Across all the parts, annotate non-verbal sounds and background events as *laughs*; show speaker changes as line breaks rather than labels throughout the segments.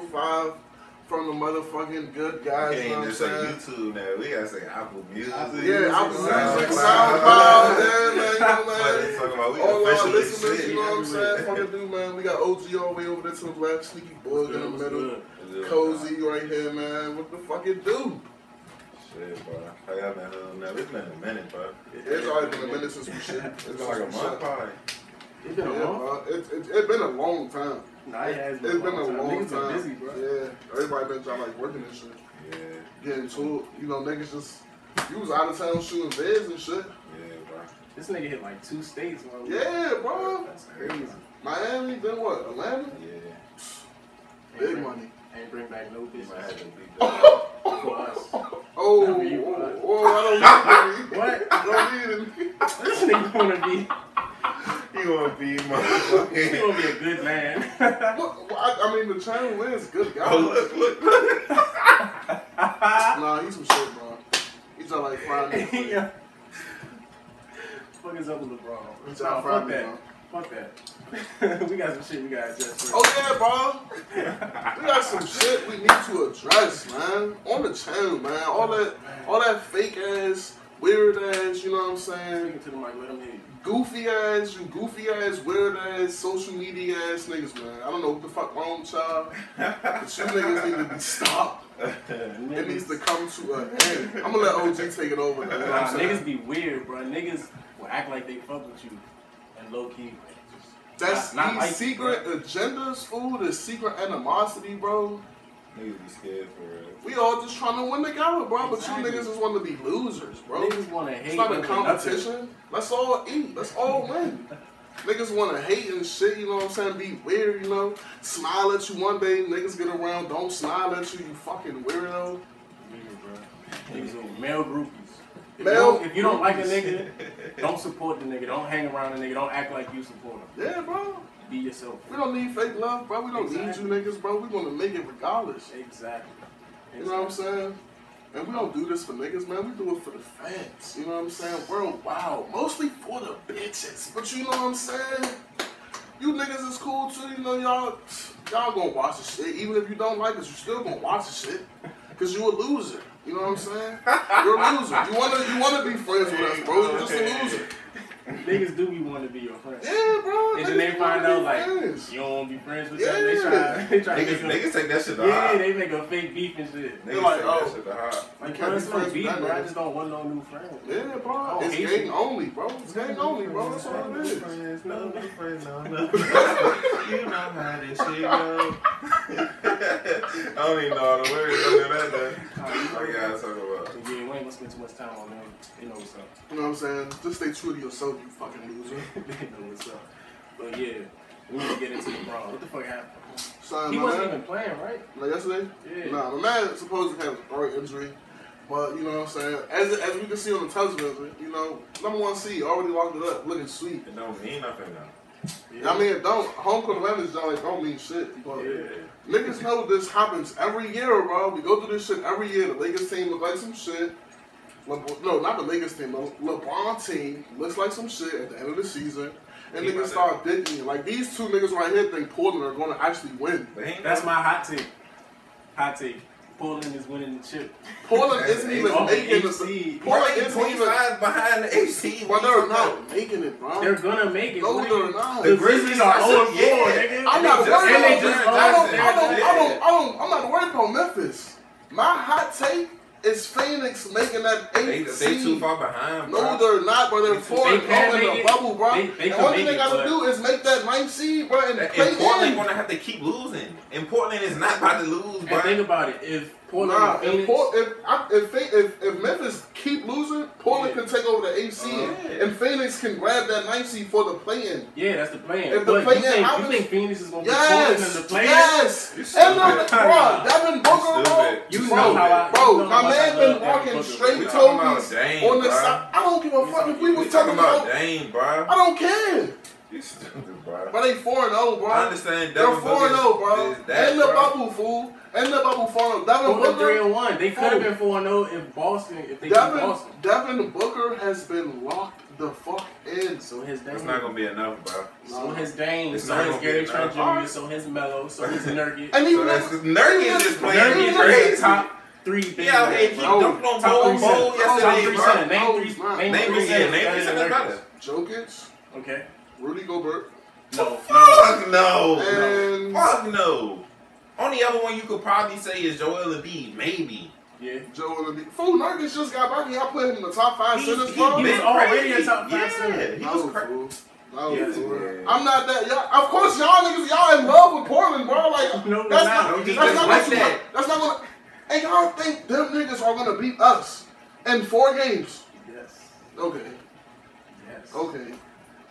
*laughs*
from the motherfucking good guys.
It
you know what
ain't
I'm
just on
saying?
YouTube now. We gotta say Apple Music.
Yeah, I was
SoundCloud.
using SoundCloud, man, man, you know,
What they
man.
talking about? We
All our
officially
listeners,
shit.
you know
*laughs*
what I'm saying? Fucking do, man. We got OG all the way over there to the left, Sneaky Bug in the middle, Cozy right here, man. What the fuck it do?
Shit, bro. I got been home now. It's been a minute, bro.
It's already been a minute since we shit.
*laughs* It's like a month, probably.
It's
Yeah,
been a month.
bro. It, it, it's been a long time.
Nah, it has
It's been a long
Niggas
time.
are busy, bro.
Yeah, everybody been trying like working and shit,
Yeah,
getting to it. You know, niggas just you was out of town shooting vids and shit.
yeah, bro.
This nigga hit like two states, bro.
Yeah, bro.
That's crazy.
Miami, then what? Atlanta,
Yeah.
big money.
Ain't bring back no
You
bitch
might have to beat
*laughs*
*laughs*
for us.
Oh,
Not for you,
oh,
bud.
oh, I don't need it.
What?
I don't need it.
This nigga wanna be,
You gonna beat
he
motherfucking.
wanna be a good man. *laughs*
Look, I, I mean, the channel is good guy.
Oh, look, look, look.
Nah, he's some shit, bro. He's not like Friday.
*laughs*
He's
yeah. Fuck is up with LeBron? Nah,
not
fuck
Friday,
that. *laughs*
bro.
Fuck that. we got some shit we gotta adjust for.
Oh, yeah, bro. We got some shit we need to address, man. On the channel, man. All that, all that fake ass, weird ass, you know what I'm saying?
Speaking to the mic, let him hear you.
Goofy ass, you goofy ass, weird ass, social media ass niggas, man. I don't know what the fuck wrong with y'all, but you niggas need to be stopped. It needs to come to an end. I'm gonna let OG take it over. man. You know what
Nah,
I'm saying?
niggas be weird, bro. Niggas will act like they fuck with you, and low key.
That's
not- not
these
like-
secret agendas, fool. The secret animosity, bro.
*laughs* Niggas be scared for real.
We all just trying to win the gala, bro.
Exactly.
But you niggas just want to be losers, bro.
Niggas wanna hate.
It's not a
over nothing.
competition. Let's all eat. Let's all win. Niggas want to hate and shit, you know what I'm saying? Be weird, you know? Smile at you one day, niggas get around, don't smile at you, you fucking weirdo.
Weird, bro. Niggas are male groupies. If,
Male
you don't, if you don't like a
groupies. *laughs*
nigga, don't support the nigga. Don't hang around the nigga. Don't act like you support him.
Yeah, bro.
Be yourself.
We don't need fake love, bro. We don't
Exactly.
need you niggas, bro. we going to make it regardless.
Exactly.
You know what I'm saying? And we don't do this for niggas, man. We do it for the fans. You know what I'm saying? Worldwide. Mostly for the bitches. But you know what I'm saying? You niggas is cool too. You know, y'all y'all gonna watch the shit. Even if you don't like us, you still gonna watch the shit. Cause you a loser. You know what I'm saying? You're a loser. You wanna you wanna be friends with us, bro. You're just a loser.
Niggas do be want to be your friend.
Yeah, bro.
And then they
niggas
find
wanna
out
be
like
friends.
you don't want to be friends with
Yeah.
them. They try, they try
Niggas,
to make
niggas take that shit
a,
to
yeah,
heart.
they make a fake beef and shit.
Niggas
like,
take
oh.
that shit to heart.
Like,
can't
bro,
be
it's no
friends with
beef,
that
bro. I
nigga.
just don't want no new friends.
Yeah, bro.
Oh,
It's
Asian.
gang only, bro. It's gang only, bro. That's all it is.
no new friends, no
*laughs*
new friends. You know how this shit go. *laughs* I don't even know all the words under that. though.
Oh,
What you guys talking about?
Yeah, we ain't gonna spend too much time on them. They know what's up.
You know what I'm saying? Just stay true to yourself, you fucking loser.
*laughs* they know what's up. But yeah, we need to get into LeBron. What the fuck happened?
Sorry,
He
my
wasn't
man.
even playing, right?
Like yesterday?
Yeah.
Nah, my man supposedly had a throat injury. But you know what I'm saying? As, as we can see on the television, you know, number one seed already locked it up, looking sweet.
It don't mean nothing now.
I mean, it don't home court advantage don't like don't mean shit. But
Yeah.
niggas know this happens every year, bro. We go through this shit every year. The Lakers team look like some shit. LeBron, no, not the Lakers team. The LeBron team looks like some shit at the end of the season, and
He
niggas
about
start dicking. Like these two niggas right here think Portland are going to actually win.
But he ain't
That's my hot take. Hot take. Portland is winning the chip.
Portland isn't even
Off the
making
eighth seed.
the Portland isn't even.
25 behind the AC.
Well, they're not making it, bro.
They're gonna make it.
No,
What
they're
you-
not.
The Grizzlies are
Yeah.
0 4, nigga.
I'm
And
not
they just
worried.
and
About,
they just
I
lost
don't,
their
I don't, I
last-
don't, I don't, I'm not worried about Memphis. My hot take is Phoenix making that
They,
eight
they
seed.
too far behind, bro.
No, they're not, bro. They're
They
four and
can
oh in
make
the
it.
bubble, bro.
They- they
and
can
only
make
thing they
it,
gotta
but-
do is make that ninth seed, bro, and
And
play
Portland
in.
gonna have to keep losing. And Portland is not about to lose,
And think
bro.
about it. If Portland
Nah,
and
if,
Phoenix,
Port, if, I- if, they, if if Memphis keep losing, Portland
Yeah. Oh,
can take over the eight seed,
Uh-huh.
and Phoenix can grab that ninth seed for the play-in.
yeah, that's the plan.
If the
but
play-in
you, think, you
happens-
think Phoenix is gonna be Portland
Yes,
in the play?
yes.
You
And no,
*laughs*
stupid.
bro, Devin Booker, bro.
stupid.
You
bro,
know how I-
bro,
you know
my
how much I
man
love
been
Devin
walking
Booker.
straight
We
to
talking about
me
Dame,
on the
bro.
side. I don't give a
We
fuck if
talking-
we
We
was
talking about
about.
Dame, bro.
I don't care.
You stupid, bro.
But they 4 and 0, bro.
I understand
They're 4
Devin
and
Booker
0, bro.
is that,
and the
bro.
bubble, fool. And the bubble 4 and 0. Devin
Booker three
Booker.
and one. They could have been four and zero if Boston if they beat
Devin,
Boston.
Devin Booker has been locked the fuck in.
So his Dame.
It's not gonna be enough, bro.
so his Dame.
It's
So
not
his
gonna
Gary
be
Trent
enough.
Jr. So his Melo. So
*laughs*
his Nurkic.
And
So
even
that's
if-
Nerdy is just playing.
Nurkic
He's
is
playing
crazy.
top.
Three
He
big.
out here. He
men.
No.
dumped on
Top
Bol Bol
three center. Top
yesterday,
three
bro.
center. Name
Bro.
three.
Name
three
me
centers
center. Name me
better
center
than Nurkic.
better.
Jokic,
Okay.
Rudy Gobert,
No. No.
Fuck Oh, no.
and
Fuck no. Only other one you could probably say is Joel Embiid, maybe.
Yeah.
Joel Embiid. Fool, Nurkic just got back here. I put him in the top five
He's-
centers,
he
bro.
He was
been
already
crazy.
a top five
Yeah,
center.
he
No,
was crazy.
fool. No,
Yeah.
fool.
Yeah.
I'm not that. Y'all, of course, y'all niggas, y'all in love with Portland, bro. Like,
No, we're
that's
not.
not.
We
That's
just
not
don't
what
like
you-
that.
That's not gonna. And y'all think them niggas are gonna beat us in four games?
Yes.
Okay,
Yes.
okay.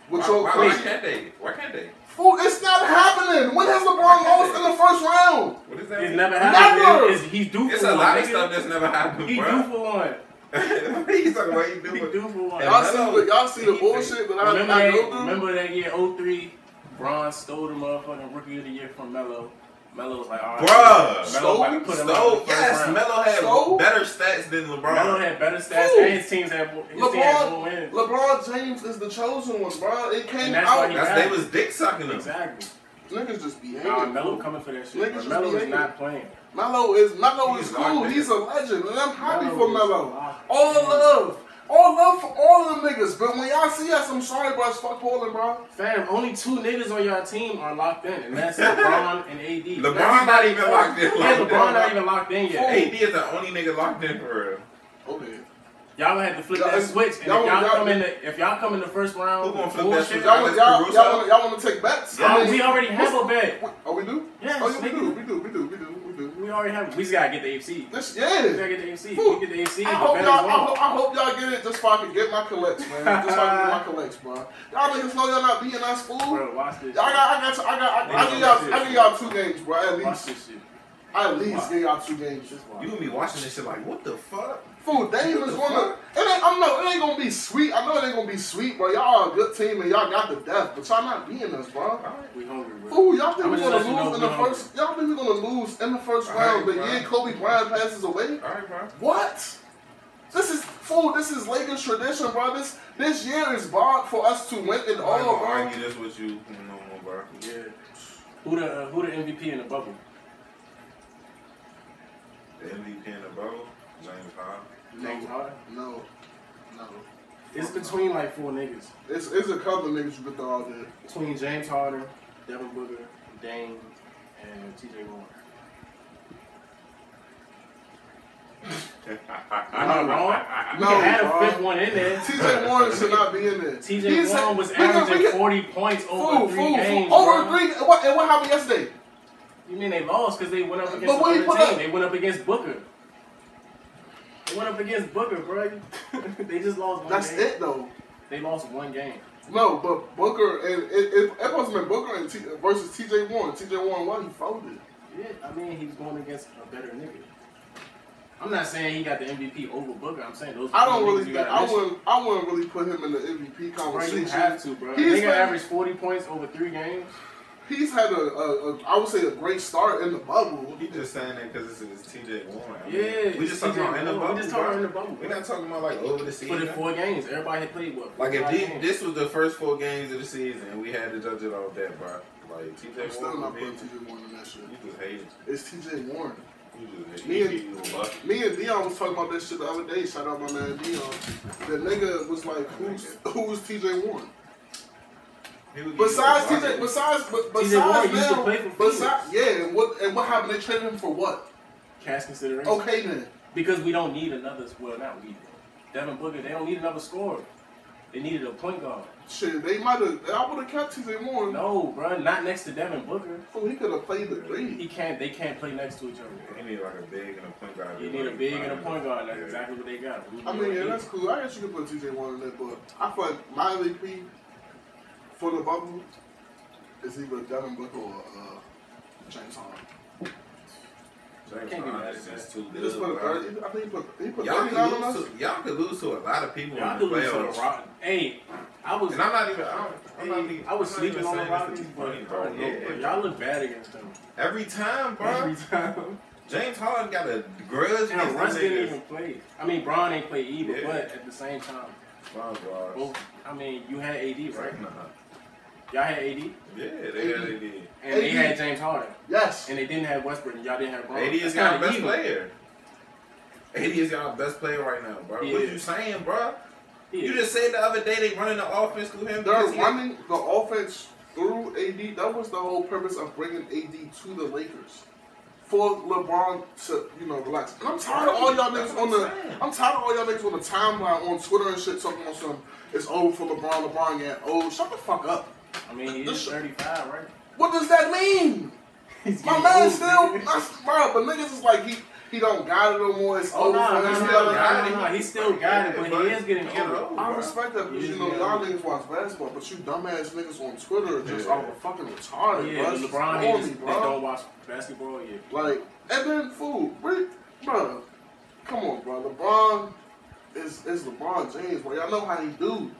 Why,
With your
why, why can't they? Why can't they?
fool, it's not happening. When has LeBron lost in the first round?
What is that?
It's
mean?
never happened.
Never!
It's, it's, he's due for
It's
one.
a lot of
nigga.
stuff that's never happened,
He due
bro.
for one.
*laughs* What are you talking about? You
He
doing?
due for one.
Y'all
And
see,
Melo,
what- y'all see the
he-
bullshit that I, I
Remember that,
go through.
remember that year 03? Bron stole the motherfucking rookie of the year from Melo. Melo was like, all right.
Bruh.
Melo about to put him out in
So
the first
yes,
round.
Melo had
So?
better stats than LeBron.
Melo had better stats
Ooh.
and his teams had his team had more
LeBron,
wins.
LeBron James is the chosen one, bro. It came
And that's why
out.
he-
That's, they was dick sucking him.
Exactly.
Niggas just be
Nah,
hating.
Melo coming for that shit.
Niggas
bro.
just
Melo
be
is
hating.
not playing.
Melo is Melo
He's
is cool.
locked in.
He's a legend, and I'm happy
Melo
for
is
Melo.
locked
All
in.
love, all love for all them niggas. But when y'all see us, I'm sorry, bro. It's fuck Portland, bro.
Fam, only two niggas on your team are locked in, and that's LeBron and AD.
*laughs* LeBron
That's-
not even locked in.
Yeah,
Like
LeBron
that.
not even locked in yet.
AD is the only nigga locked in for real.
Okay.
Y'all gonna have to flip
Y'all-
that switch. And
y'all-
if y'all
y'all-
come in, the, if y'all come in the first round,
Who gonna
with
flip that
bullshit,
switch?
Y'all, want-
Alex
y'all,
Caruso?
y'all, want- y'all want to take bets?
y'all-
I mean,
we already have a bet.
Oh, we do?
Yes,
oh, yeah, we
nigga.
do. We do. We do. We do. We do.
We already have. We just gotta get the AFC.
This,
We
yeah.
gotta get the AFC.
Fool.
We get the AFC.
I
the
hope
Bears
y'all, I
won.
hope, I hope y'all get it just so I can get my collects, man. Just so I can get my collects, bro. Y'all niggas know y'all not beating us, fool.
Bro, watch this.
I got, I got, I got, I, I give y'all, I give y'all two games, bro. At
watch
least,
this shit.
I at least give y'all two games.
Just watch.
You gonna be watching this shit like, what the fuck?
Fool, Dame is gonna. It ain't, I'm no, it ain't gonna be sweet. I know it ain't gonna be sweet, bro. Y'all are a good team and y'all got the death, but y'all not beating us, bro.
we hungry, bro.
Fool, y'all think
I'ma
we're
just
gonna
let you know
lose in the
we hungry.
first? Y'all think we're gonna lose in the first
All right,
round? But
bro.
yeah, Kobe Bryant passes away.
Alright, bro.
What? This is fool. This is Lakers tradition, bro. This this year is bought for us to win it
I'm
Oh,
all,
not gonna
bro.
argue this with you no more, bro.
Yeah. Who the uh, who the MVP in the bubble?
The MVP in the bubble, James Harden.
James Harden.
No, no.
It's between like four niggas.
It's, it's a couple of niggas you could throw out there. *laughs*
Between James Harden, Devin Booker, Dame, and T.J. Warren. *laughs* Am I wrong? You
No,
can add
bro.
a fifth one in there.
T.J. Warren should not be in there.
T.J.
He's-
Warren was
we can-
averaging
we can-
40 points over
Fool,
three
fool,
games.
fool. Over
bro.
three. And what, and what happened yesterday?
You mean they lost because they went up against
But what he
the
put
other
up-
team? They went up against Booker. They went up against Booker, bro. *laughs* they just lost one
That's
game.
it though.
They lost one game.
No, but Booker and it, it, it must have been Booker and T, versus T.J. Warren. T.J. Warren won. He folded.
Yeah, I mean he was going against a better nigga. I'm not saying he got the MVP over Booker. I'm saying those.
I don't
niggas
really.
you
Think,
gotta
I
mention.
wouldn't. I wouldn't really put him in the MVP
Bro,
conversation.
you have to, bro.
He's
Nigga
like-
averaged 40 points over three games.
He's had a, a, a I would say a great start in the bubble.
He just saying that because it's, it's TJ Warren. I mean,
Yeah,
we just
it's
talking about
TJ
in the
Warren.
bubble.
We just
bro.
talking about in the bubble.
We're not talking about like over the
Put
season.
in four games. Everybody had played what?
Like if
five
thi-
games?
this was the first four games of the season, and we had to judge it off that, bro. Like
I'm
TJ
still
Warren,
not
would be-
putting T.J. Warren in that shit.
you just hate. it.
It's T.J. Warren.
You just
Me
hate.
and-
it. You a bucket.
Me and Dion was talking about that shit the other day. Shout out my man Dion. The nigga was like, who's who's T.J. Warren?
He would give you a
Besides
bucket.
T.J. Besides, but
T.J.
besides
Warren used to
now,
play for Phoenix.
besides yeah, and what and what happened? They traded him for what?
cash consideration.
Okay then.
Because we don't need another. Well, not we. Devin Booker. They don't need another scorer. They needed a point guard.
Shit, they might have. I would have kept T.J. Warren.
No, bro. Not next to Devin Booker.
Fool, he could have played the three.
He can't. They can't play next to each other.
He need like a big and a point guard.
You need a big and a point guard. That's
Yeah.
exactly what they got.
I mean, yeah, that's cool. I guess you could put T.J. Warren in there, but I feel like my MVP for the bubble is either Devin Booker or uh, James Harden.
James
Can't be mad at
Harden is
that.
too
You just put a
bro.
thirty. I think he put he put
Y'all
thirty
could,
down on
lose
us.
to, y'all could lose to a lot of people
Y'all
in
could
the
lose to the
playoffs.
Rock. Hey, I was.
And I'm not even. I'm, I'm not
hey,
even
I was
I'm not even
sleeping on the
saying this to
Rockets,
be
but
funny,
I don't know,
Yeah,
but y'all look bad against them
Every time, bro. *laughs*
every time.
James Harden got a grudge
And
against
Russ
them
didn't
niggas.
even play. I mean, Braun ain't played either,
Yeah.
but at the same time,
My God.
both. I mean, you had AD, Oh, right?
Nah.
Y'all had AD, and
Yeah, they got AD.
they
AD.
had James Harden,
Yes.
and they didn't have Westbrook, and y'all didn't have Braun.
AD is
That's
y'all
kinda
best
evil.
player. AD is y'all best player right now, bro.
He
What
is.
you saying, bro?
Yeah.
You just said the other day they running the offense through him.
They're
because he-
running the offense through AD. That was the whole purpose of bringing AD to the Lakers. For LeBron to, you know, relax. And I'm tired of all y'all
That's
niggas
what
on
I'm
the,
saying.
I'm tired of all y'all niggas on the timeline on Twitter and shit talking about some, it's over for LeBron, LeBron, yeah, oh, shut the fuck up.
I mean, he is
This-
35, right?
What does that mean?
He's
My
getting
man
old, Oh,
still,
nigga.
that's, bro, but niggas is like, he, he don't got it no more, it's
Oh
over.
no, no,
It's
no,
still
no,
got it.
no, no, no. He still got it, but he is getting old.
I respect that because
Oh, Yeah,
you know
yeah.
y'all niggas watch basketball, but you dumbass niggas on Twitter are just
Yeah.
all fucking retarded.
Yeah,
bro.
the
It's
LeBron
corny,
haters that
bro.
don't watch basketball. Yeah,
Like, and then food, bro, bro. Come on, bro. LeBron is is LeBron James, bro. Y'all know how he do.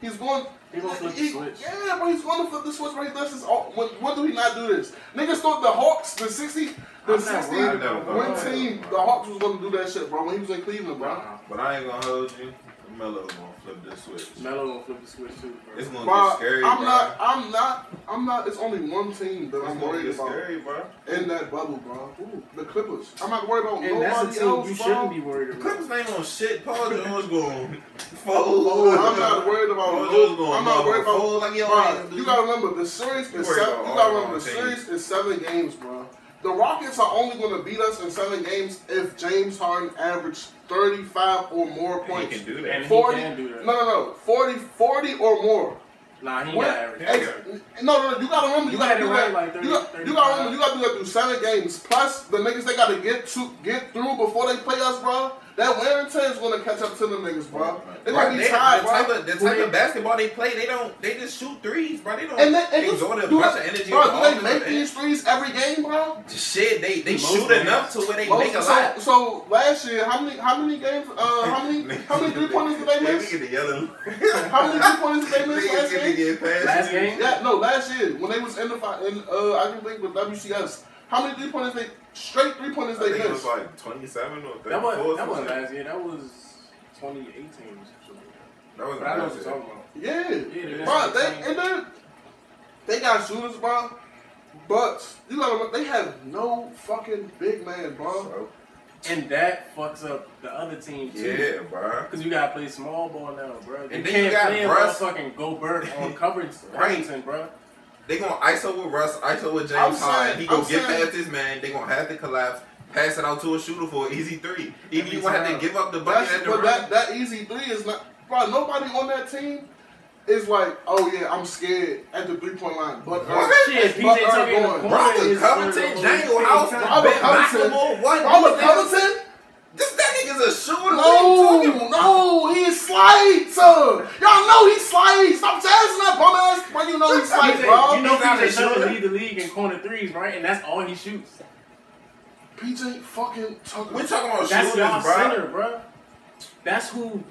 He's going.
He gonna flip the
he-
switch.
Yeah, bro. He's going to flip the switch. Right, this is all. When, when do he not do this? Niggas thought the Hawks, the sixty, the
I'm not
sixty,
worried
about
win
that.
team, the Hawks was going to do that shit, bro. When he was in Cleveland, bro.
Nah.
But I ain't gonna hold you. Melo gonna flip this switch.
Melo gonna flip the switch too. Bro.
It's gonna
Bro,
get scary,
I'm
bro.
not. I'm not. I'm not. It's only one team that
it's
I'm
gonna
worried
get
about
scary, bro.
in that bubble, bro. the Clippers. I'm not worried about
and
nobody
that's a team
else,
you
bro.
shouldn't be worried about.
Clippers ain't on
*laughs*
shit. Paul George going fold.
I'm not worried about.
Paul
No,
George going
I'm not worried about.
fold like you
Bro,
always
you
do.
gotta remember the series
You
is
worried
seven.
about
You
all
gotta
the
remember the
wrong
series is seven games, bro. The Rockets are only gonna beat us in seven games if James Harden averaged 35 or more
He
points.
can do
And
that.
he
40
can do
No,
that.
no, no. 40, 40 or more.
Nah, he
What?
not average.
Yeah.
Ex- No, no, no, you gotta remember, you,
You
gotta
had it
do
right,
that.
like, thirty-
you, got, you gotta remember, you gotta do that through seven games. Plus, the niggas they gotta get to get through before they play us, bro. That wear and tear is gonna catch up to them niggas, bro. They
Bro,
gonna be
they-
tired,
the type
bro.
of the type of basketball they play, they don't they just shoot threes, bro. They don't
And then, and
exhort a
do,
bunch
they-
of energy.
bro,
on
do they
offense.
make these threes every game, bro?
shit? They they
Most
shoot
games.
enough to where they
Most-
make a
so,
lot.
so last year, how many how many games? Uh, how many how many three pointers did they
*laughs*
miss?
Yeah, we get the yellow.
How many three pointers did they miss
Niggas
last
get
game?
to get past
Last
you.
game?
Yeah, no, last year when they was in the fi- in uh, I can think with WCS, how many three pointers they straight three
I
pointers they
think it was
missed?
like twenty-seven or thirty-four.
That was that
something.
wasn't last year. That was 2018 or something.
That was
But I know what
last
you're
year.
talking about.
Yeah,
Yeah, they
bro,
missed
they
the
and then they got shooters, bro. But you know they have no fucking big man, bro.
So,
And that fucks up the other team too.
yeah, bro.
Cause you gotta play small ball now, bro. You
then you
can't
got
play
Russ.
motherfucking Gobert on coverage,
Right.
Robinson, bro.
They gonna ISO with Russ, ISO with
I'm
James Harden.
saying-
He gonna
I'm
get
saying-
past this man. They gonna have to collapse, pass it out to a shooter for an easy three. Even
Every
you gonna have
time.
to give up the bucket
That's,
at the
but
rim.
that that easy three is not, bro. Nobody on that team is like, oh yeah, I'm scared at the three point line. But
What?
uh, But
Shit, PJ
they're
Tucker in the
going.
corner
Robert
is
Covington,
one of the
Daniel
most
House,
big
Robert
Ben
Covington.
McLemore, what?
Robert
Robert Covington.
Covington.
This that nigga's a shooter. What are you talking
No,
about?
no, he slides. Uh, y'all know he slides. Stop jazzing that bum ass. Bro, you know he slides,
PJ,
bro.
you know
He's not a
PJ Tucker
shooter.
lead the league in corner threes, right? And that's all he shoots.
PJ fucking Tucker.
We're talking about
That's y'all
shooters, bro.
center, bro. That's who.
I'm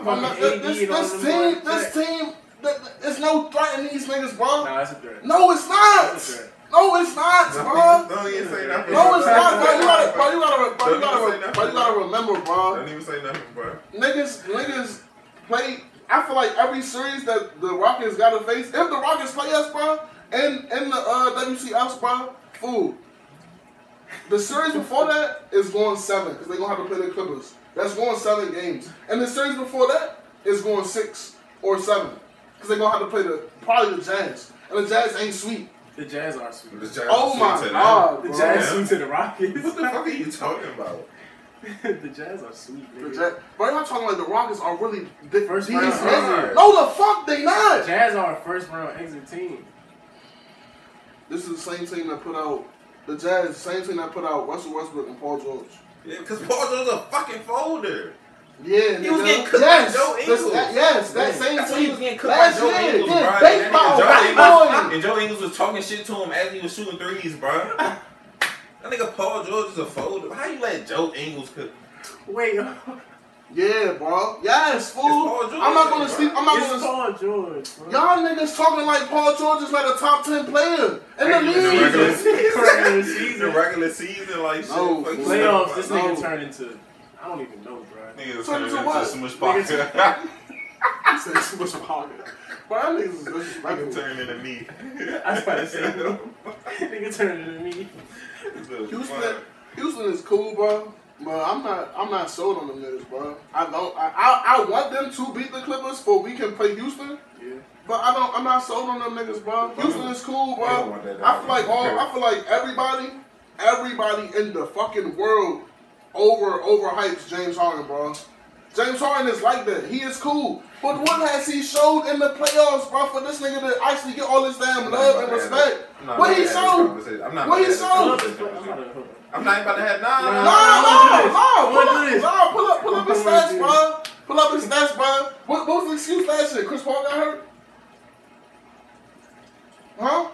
I'm
fucking-
not, this, this, this team, this team, th- th- there's no threat in these niggas, bro.
Nah, that's a threat.
No, it's not. No, it's not, bro.
Don't even say nothing.
No, it's not, bro. You gotta, bro, you gotta, bro, you
Don't even say
gotta,
nothing,
bro, you gotta remember, bro.
Don't even say nothing, bro.
niggas, niggas play. I feel like every series that the Rockets got to face, if the Rockets play us, bro, and in the uh, WCS, bro, fool. The series before that is going seven because they're gonna have to play the Clippers. That's going seven games, and the series before that is going six or seven because they're gonna have to play the probably the Jazz, and the Jazz ain't sweet.
The Jazz are sweet.
The Jazz
Oh my
shooter,
God.
The
Bro.
Jazz sweet to the Rockets.
man. What the fuck are you talking about?
*laughs* the Jazz are sweet.
The
nigga.
Jazz, bro, y'all talking like the Rockets are really the,
First
these
round.
niggas- No, the fuck they not.
Jazz are a first round exit team.
This is the same team that put out the Jazz, same team that put out Russell Westbrook and Paul George.
Yeah, because Paul George a fucking folder.
Yeah,
He was
nigga.
getting cooked by
yes,
Joe
this-
Ingles.
that- yes, that
Yeah.
same
That's why
team
he was getting cooked by
last
Joe
year.
Ingles,
yeah,
bro.
they
That nigga Joe Ingles-
fouled
And Joe Ingles was talking shit to him as he was shooting threes, bro. That nigga Paul George is a fold. How you let Joe Ingles cook?
Wait, *laughs*
Yeah, bro. Yes, fool.
Paul George,
I'm not gonna
bro.
sleep. I'm not
it's
gonna.
Paul George. Bro.
Y'all niggas talking like Paul George is like a top ten player in the
Regular
league.
regular season.
Regular
The
season.
regular season, like shit.
No,
fuck you
Playoffs,
talking
this
about.
nigga turned into. I don't even know, bro. *laughs*
Niggas
Turn
turned
into
into
what? *laughs*
Smush *laughs*
Niggas-
Parker.
I said too much about it. *laughs* Bro, y'all niggas is
Nigga
disrespectful.
turned into me.
I was about to
*laughs*
say, nigga turned into me.
Houston, Houston is cool, bro. But I'm not. I'm not sold on them niggas, bro. I don't. I, I I want them to beat the Clippers for we can play Houston.
Yeah.
But I don't. I'm not sold on them niggas, bro. Houston is cool,
They don't
bro.
want that
I feel like all.
down.
I feel like everybody, everybody in the fucking world, over overhypes James Harden, bro. James Harden is like that. He is cool. But what has he showed in the playoffs, bro, for this nigga to actually get all this damn love and respect? What he showed?
I'm not
What
about
he
to
showed?
have
I'm
this
about to- I'm about
conversation.
to- hold on.
I'm not about to have nah,
No,
nah,
no,
I
no,
wanna
no,
do this.
no, pull up, pull up his
I wanna
stats,
do
bro. Pull up his stats, bro. What, what was the excuse last year? Chris Paul got hurt? Huh?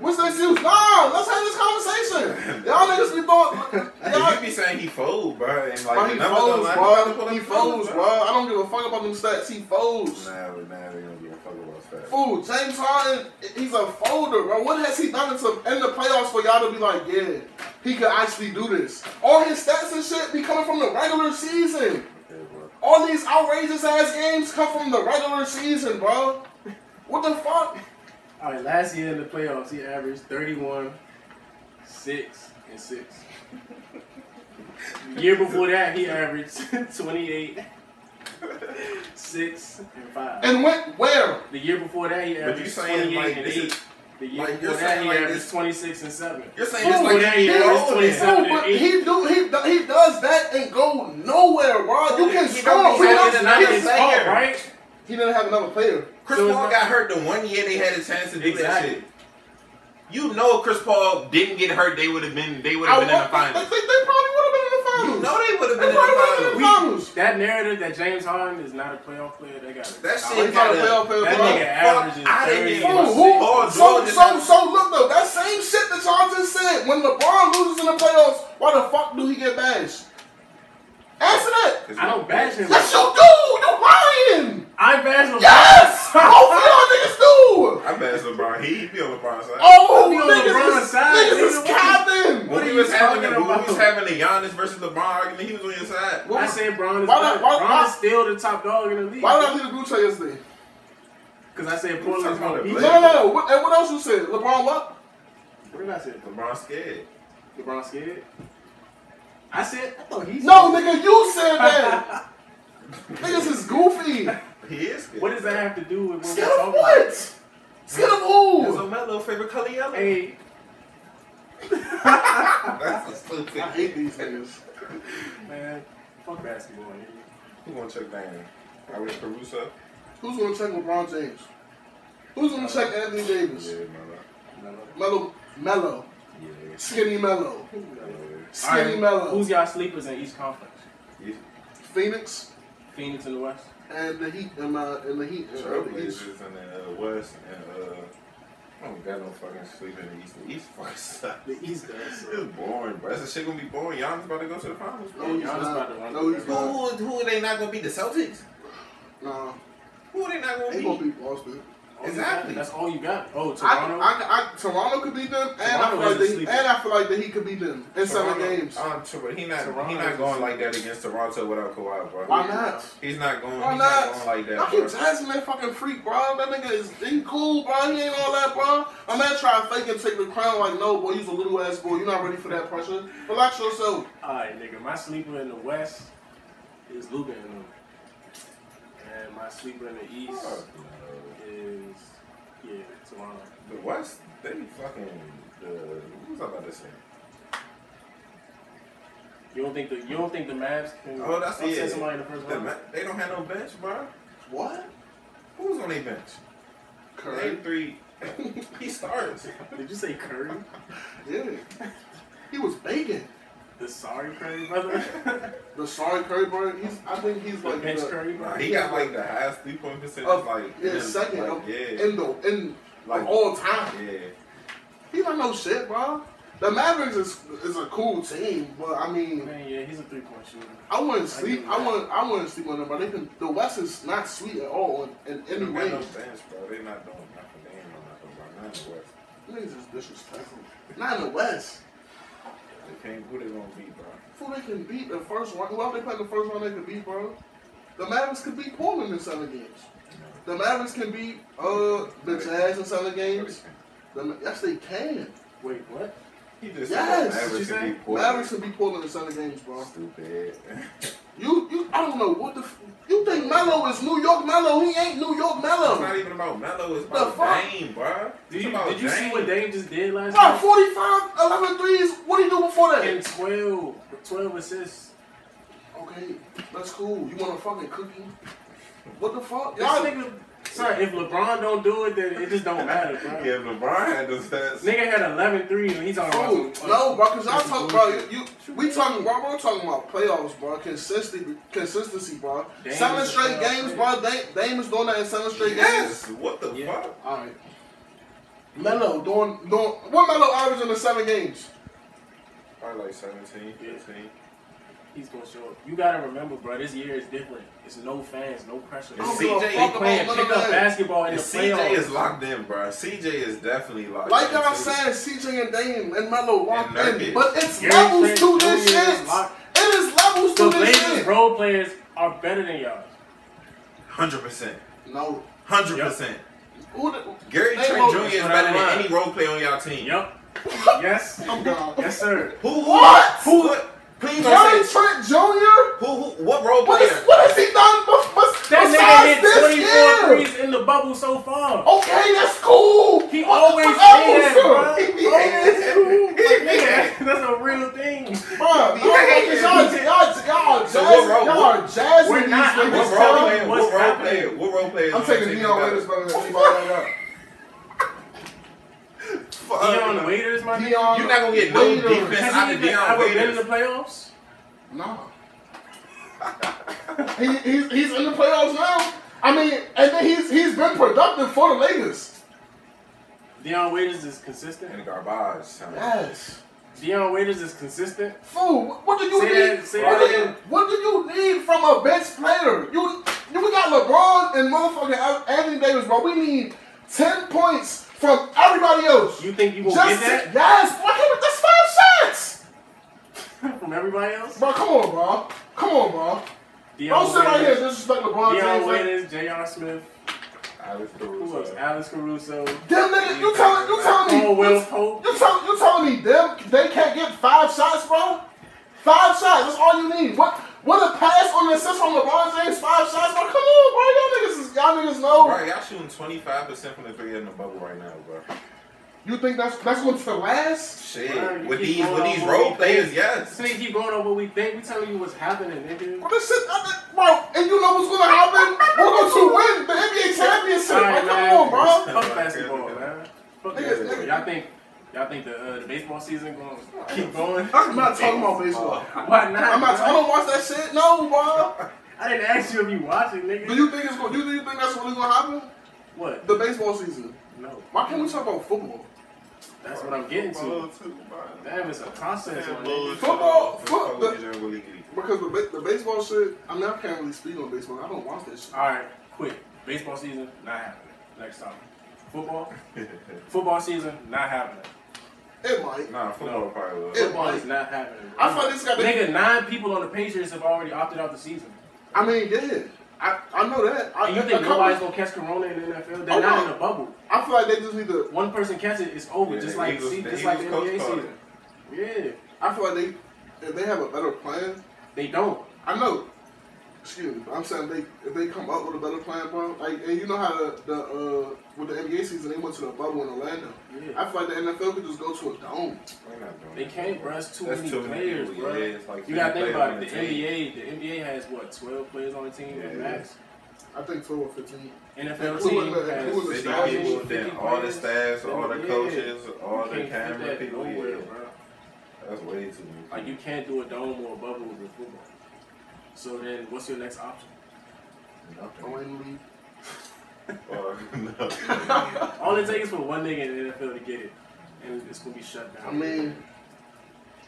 What's the excuse? No, let's have this conversation. Y'all niggas be *laughs* throwing.
Nah.
Y'all,
You be saying he fold, bro, and
bro,
like
he
the numbers don't
folds,
line up
bro.
with
He
the
folds,
numbers,
bro. I don't give a fuck about them stats. He folds.
Nah, we- nah, we don't give a fuck about that.
Fool, James Harden, he's a folder, bro. What has he done in, some, in the playoffs for y'all to be like, yeah, he could actually do this? All his stats and shit be coming from the regular season.
Okay, bro.
All these outrageous ass games come from the regular season, bro. What the fuck?
All right, last year in the playoffs, he averaged 31, 6, and 6. year before that, he averaged *laughs* 28, 6, and 5.
And went where?
the year before that, he
you
averaged
saying,
28
like,
and
this
8.
is-
the year
like, you're
before that,
saying,
he
like,
averaged
this-
26 and 7.
You're saying
Fool,
this like
that
he
year
old
was
then.
27.
Fool, but he do he do- he does that and go nowhere, bro. You can
He
score.
don't
He,
be
don't-
having another
he-
It's
player.
all right.
he didn't have another player.
Chris
So it's
Paul
not-
got hurt the one year they had a chance to do
Exactly.
that shit. You know, if Chris Paul didn't get hurt, they would have been they would
I
have been in the
want-
finals.
They, they- they probably would have been in the
You
finals.
know they would have
they
been in the
probably would have been in
finals.
the
We-
finals.
That narrative that James Harden is not a playoff player, they got it.
That
Oh,
shit
he's not a
got
playoff player,
That
bro.
nigga averages
I didn't
30
even-
and
Fool,
Paul-
six.
who-
Paul
so,
George is
so,
not-
so look though, that same shit that y'all just said, when LeBron loses in the playoffs, why the fuck do he get bashed? Answer that.
I don't bash him.
Yes, you do. You're lying.
I bash him. *laughs*
Yes. Hopefully y'all niggas do.
I passed LeBron. He be on LeBron's side.
Oh,
Be on
niggas
LeBron's
is,
side,
niggas is
nigga.
capping.
when
are
we
you
was having
talking
the, when we was
about?
having the Giannis versus LeBron argument, he was on your side.
What
I
was-
said Braun is,
Why not-
better.
why-
Braun
why-
is still the top dog in the league.
Why did I leave the group chat yesterday?
Because I said
talking
Portland's going to
about
beat
the
No,
you.
no, no. What, and what else you said? LeBron what?
What did I say?
LeBron scared.
LeBron scared? I said, I thought he's
No, nigga, you said
*laughs*
that. niggas is goofy.
He is scared.
What does that have to do with what we're
Scared of
talking
what?
about?
Scared of who?
That's my little favorite color yellow.
Hey,
That's a stupid.
I hate these niggas.
man, fuck basketball, nigga.
Who gonna check that in? I wish Caruso.
Who's gonna check LeBron James? Who's gonna check Anthony Davis?
No, no.
Mellow, mellow,
Yeah,
skinny mellow,
All
skinny
right,
mellow.
Who's y'all sleepers in each conference?
yeah.
Phoenix
Phoenix and the West?
and the Heat and uh, and the Heat and uh, the East.
Trailblazers in the uh, West and uh, I don't got no fucking sleep in the East. The East fucking sucks.
The East does.
It's boring, bro. That's the shit gonna be boring. Y'all about to go to the finals,
No,
bro.
he's
Giannis about to
not.
run
No, he's
it.
not.
Who who are they not gonna be? The Celtics?
Nah,
Who are they not gonna
they
be?
gonna beat Boston.
All you
Exactly.
got- That's all you got. Oh,
I,
Toronto?
I, I, Toronto could beat them, and I
Toronto
feel like
is
the
a
Heat-
sleeper.
and I feel like the Heat could beat them in seven
Toronto-
games.
Um, Tor- he not he
Toronto
not
is-
going like that against Toronto without Kawhi, bro.
Why not?
He's not going.
Why
he's
not?
not? going like
I
that,
keep
bro.
Jasmine that fucking freak, bro. That nigga is he cool, bro. He ain't all that, bro. A man try to fake and take the crown like, no, boy, you's a little ass boy. You're not ready for that pressure. Relax yourself.
All right, nigga. My sleeper in the West is Luka and them. And my sleeper in the East
Oh,
is, yeah, Toronto.
no. The West, they fucking. Uh, what was I about to say?
You don't think the you don't think the Mavs can
Oh, that's
upset
yeah.
somebody in the first
The
round?
ma- they don't have no bench, bro.
What?
Who's on their bench?
Curry.
They
*laughs*
three. he starts.
Did you say Curry?
Yeah. *laughs* He was baking.
The sorry *laughs* Curry brother?
The sorry Curry, bro. He's. I think he's
the
like
bench
the,
Curry
Nah,
brother?
he got like the highest three point percentage,
Of-
like
yeah,
in-
second
like,
of-
yeah,
in the in
like
all time.
yeah.
He don't know shit, bro. The Mavericks is is a cool team, but I mean,
Man, yeah, he's a three point shooter.
I wouldn't
I
sleep.
get
I,
that.
wouldn't. I wouldn't sleep on them. But they can. The West is not sweet at all in, in any
They got
way.
no fans, bro. They not doing nothing. They ain't doing nothing about none of the West.
Niggas is disrespectful. Not in the West.
They can't. Who they gonna beat, bro?
Who they can beat the first round? Whoever they play the first round, they can beat, bro. The Mavericks could beat Portland in seven games. The Mavericks can beat uh the Jazz in seven games. The, yes, they can.
Wait, what?
He just
Yes,
said
you
Mavericks
say?
can beat
Mavericks
Portland.
can beat Portland in seven games, bro.
Stupid.
You, you, I don't know what the. F- you think Melo is New York Melo? He ain't New York
It's not
Oh.
Melo.
even about Melo. It's
The
about
fuck?
Dame, bro.
Did
It's
you,
about
did you see
Dame.
what Dame Oh, just did last
Bro,
night?
45, 11 threes. What do you do before that?
And 12, 12 assists.
Okay, that's cool. You want a fucking cookie? What the fuck? Y'all,
Y'all nigga, sorry, if LeBron don't do it, then it just don't matter,
Yeah,
*laughs* bro.
if LeBron had those stats.
Nigga had 11 threes and he's talking about
oh,
some-
no, bro, because y'all
That's
talking
bullshit.
about, you, you, we talking, bro, we're talking about playoffs, bro. Consistency, consistency bro.
Dame
seven
is a
straight
playoff
games, bro. Dame, Dame is doing that in seven straight games.
Yes. What the
Yeah.
fuck?
All right. Melo doing, doing, what Melo averaging in seven games?
Probably like 17,
Yeah.
15.
He's gonna show up. You gotta remember, bro, this year is different. It's no fans, no pressure.
And
I don't
CJ
give a
They
fuck
playing
about none of
pickup
that.
basketball in
And
the
CJ
playoffs.
is locked in, bro. CJ is definitely locked
Like
in.
I'm
too.
saying, CJ and Dame and Melo locked in,
Nurkic.
but it's
Gary
levels
Trent
to
Jr.
this
is
shit.
locked.
It is levels
The
to this
Blazers
shit.
role players are better than y'all.
100%.
No,
100%.
who the,
Gary
They
Trent
both-
Jr. is
That's what
better
I
than
want.
any role player on y'all team.
Yep. yes.
I'm gone.
Yes, sir.
Who? who-
What?
Who? what- Please
Gary
don't say.
Trent Jr.
Who? Who? What role
What, is,
player?
what has he done bef- bes- besides
That nigga hit 24
this year?
threes in the bubble so far.
Okay, that's cool.
He
What
always
the
did
fuck *laughs*
that,
else,
bro.
sir? He- he
Always
is.
cool. Like, nigga, that's a real thing.
Bro, I don't know, 'cause y'all, y'all, y'all,
So
jazz,
what role-
y'all are jazzing
We're
these
not-
niggas,
I'm just
bro.
What role
telling
player?
you what's
What role
happening.
player? What role player? is
I'm
gonna
taking
take
Neon
you
Waiters
better?
better than anybody right
Fuck.
Deion Waiters, my
now.
nigga.
Deion
You're not gonna get no
Waiters.
defense out
Has
of
he even
Deion
ever been in
Waiters.
the playoffs?
*laughs* Nah. he, he's, he's in the playoffs now. I mean, and then he's he's been productive for the Lakers.
Deion Waiters is
In the
consistent.
garbage. son.
Yes.
Deion Waiters is consistent.
Fool, what do you
Say
need?
that- say
what,
that
do you,
again.
what do you need from a bench player? You, you we got LeBron and motherfucking An- Anthony Davis, bro. We need ten points from everybody else.
You think you gonna
Just
get
yes, bro. Come on, That's five shots,
that *laughs* from everybody else?
bro. Come on, bro. Come on, bro.
Deion
Don't sit right here and
Waiters,
disrespect LeBron James.
Deion
like-
Waiters, J.R. Smith,
Alex
who else?
Caruso.
Alex Caruso,
Them niggas, you telling you telling me
Paul Will
you,
Pope.
you telling you telling me them they can't get five shots, bro? Five shots, that's all you need. What what a pass on an assist from LeBron James, five shots, bro. Come on, bro, y'all niggas is, y'all niggas know.
Bro, y'all shooting 25% from the three in the bubble right now, bro.
You think that's that's going to last?
Shit.
Bro, you
with
keep
these with
going
these
on
role
what we
players,
think.
yes.
So they keep going on what we think. We telling you what's happening, nigga.
Well, this shit, I, I- bro, and you know what's gonna happen? We're going to win the NBA championship.
All right,
like,
man.
come on, bro.
Fuck basketball, man. Fuck
Niggas,
basketball.
niggas.
Y'all think y'all think the uh, the baseball season going to keep going?
I'm not talking about baseball.
Why not?
I'm not.
bro?
I don't watch that shit. No, bro.
I didn't ask you if you watch it, nigga.
Do you think it's going? You, do you think that's really gonna happen?
what?
The baseball season.
No.
Why can't we talk about football?
That's what I'm getting to.
to.
Damn, it's a process. my nigga.
Football- football-
Football.
Because the, ba- the baseball shit, I mean, I can't really speak on baseball. I don't watch that shit.
All right, quick. Baseball season not happening. Next time. Football. Football season not happening.
It might.
Nah, football probably will.
It-
Football is not happening. bro.
I feel this got to-
nigga. Nine people on the Patriots have already opted out the season.
I mean, yeah. I, I know that. I,
And you
a
think
couple-
nobody's gonna catch Corona in the NFL? They're
Oh,
not
no.
in a bubble.
I feel like they just need to.
One person catches it, it's over.
Yeah,
just
the
like
Eagles-
see,
the
just like the
Eagles
NBA
coach
season. Yeah,
I feel like they, if they have a better plan,
they don't.
I know. Excuse me, but I'm saying they if they come up with a better plan, bro. Like, and you know how the, the uh with the NBA season they went to the bubble in Orlando.
Yeah,
I feel like the NFL could just go to a dome.
We're not doing
they
that.
can't, bro. It's too
That's
many
too
players,
people,
bro.
yeah, it's like
You gotta
50 players
think about
on
it. The
the team.
NBA, the NBA has what, twelve players on the team at
Yeah.
max.
I think twelve or fifteen.
NFL
Including
team
the- including the
has
Fifty
staff.
50
people, then all the
players.
staffs, all the
Yeah.
coaches, all
You
the
can't fit
camera
that
people.
nowhere,
Yeah,
bro.
that's way too
Like you
many.
can't do a dome or a bubble with football. So then, what's your next option?
Oh, and leave.
Nothing. Or- no.
All it takes for one nigga in the NFL to get it, and it's gonna be shut down.
I mean,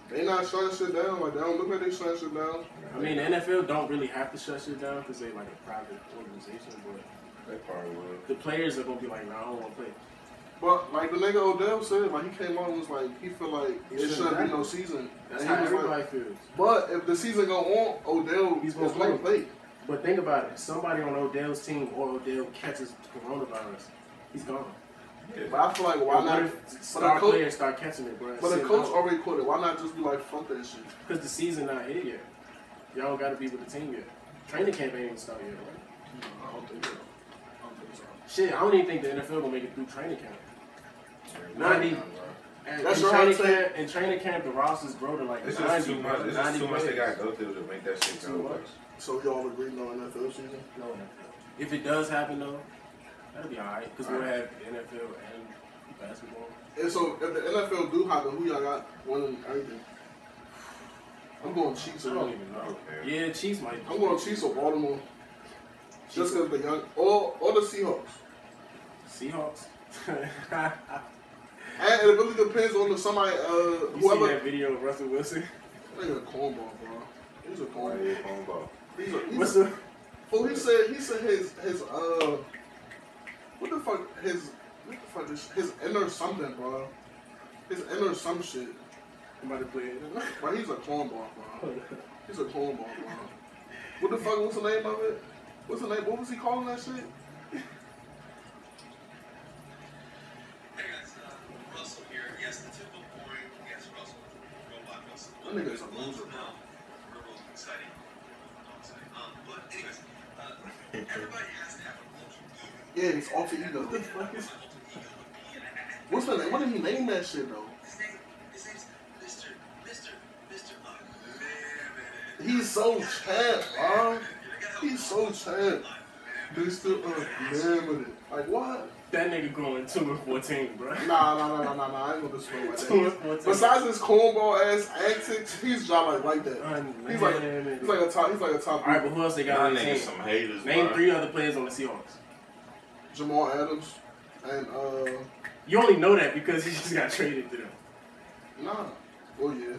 They not shutting shit down. Like they don't look like they shutting shit down.
I mean, the NFL don't really have to shut shit down because they like a private organization,
They probably would.
but the players are gonna be like, nah, I don't want to play.
But like the nigga Odell said, like he came out and was like he feel like
He
it
shouldn't
shouldn't be
have.
no season.
That's
And
how
he was like-
everybody feels.
but if the season go on, Odell
He's
he's
gonna
gonna play. play.
But think about it. Somebody on Odell's team or Odell catches coronavirus, he's gone.
But I feel like why
Why
not?
if star
coach-
players start catching it, bro?
But the coach already quit it. Why not just be like fuck that shit?
because the season not here yet. Y'all got to be with the team yet. Training camp ain't even started yet. Right?
I don't think so. I don't think so.
Shit, I don't even think the NFL gonna make it through training camp.
Nah,
Ninety.
nah, bro.
And,
That's
in
what I'm
training
saying.
camp, and training camp, the rosters grow to like
It's just
90,
too much. It's just
90
too much they
players.
gotta go through to make that shit
Too
go.
much.
So y'all agree no NFL season?
No, if it does happen though, that'll be alright because we'll have NFL and basketball.
And so if the NFL do happen, who y'all got winning everything? I'm going Chiefs.
So I don't
Or
even know.
Okay.
Yeah, Chiefs might.
I'm going Chiefs or Baltimore. Just because the young or or the Seahawks.
Seahawks. *laughs*
And it really depends on the somebody uh
you seen
whoever
that video of Russell Wilson?
nigga a cornball, bro. He's a
Why
cornball.
you phone ball?
He's a, he's
What's
a,
the?
well, he said he said his his uh what the fuck his what the fuck is his inner something, bro. His inner some shit.
I'm about to play it.
Bro, he's a cornball, bro. He's a cornball, bro. What the fuck? What's the name of it? What's the name? What was he calling that shit?
Hey guys, uh, Russell here. Yes, the typical boring. Yes, Russell. Robot Russell.
That nigga's a loser.
No, we're both excited. We're both excited. Um, but anyways, uh, everybody has to have an alter ego.
Yeah, his alter ego. What the
My
fuck is?
alter ego would be, and I, I, I-
What's the name? What did he name that shit though?
his name, his name's Mr. Mr. Mr. Uh, Mammoth.
He's so champ, bro.
I gotta help
He's so champ. Mr. Unlimited. Like what?
That nigga going two and fourteen, bro.
Nah, nah, nah, nah, nah, nah. I ain't gonna display like
*laughs* Two and
that.
fourteen.
Besides his cornball ass antics, he's job like, like that. He's like, he's like a top. He's like a top.
all right, but who else they got
Y'all
on the team?
niggas some haters.
Name
bro.
three other players on the Seahawks.
Jamal Adams and uh,
You only know that because he just got traded to them.
nah. Oh yeah.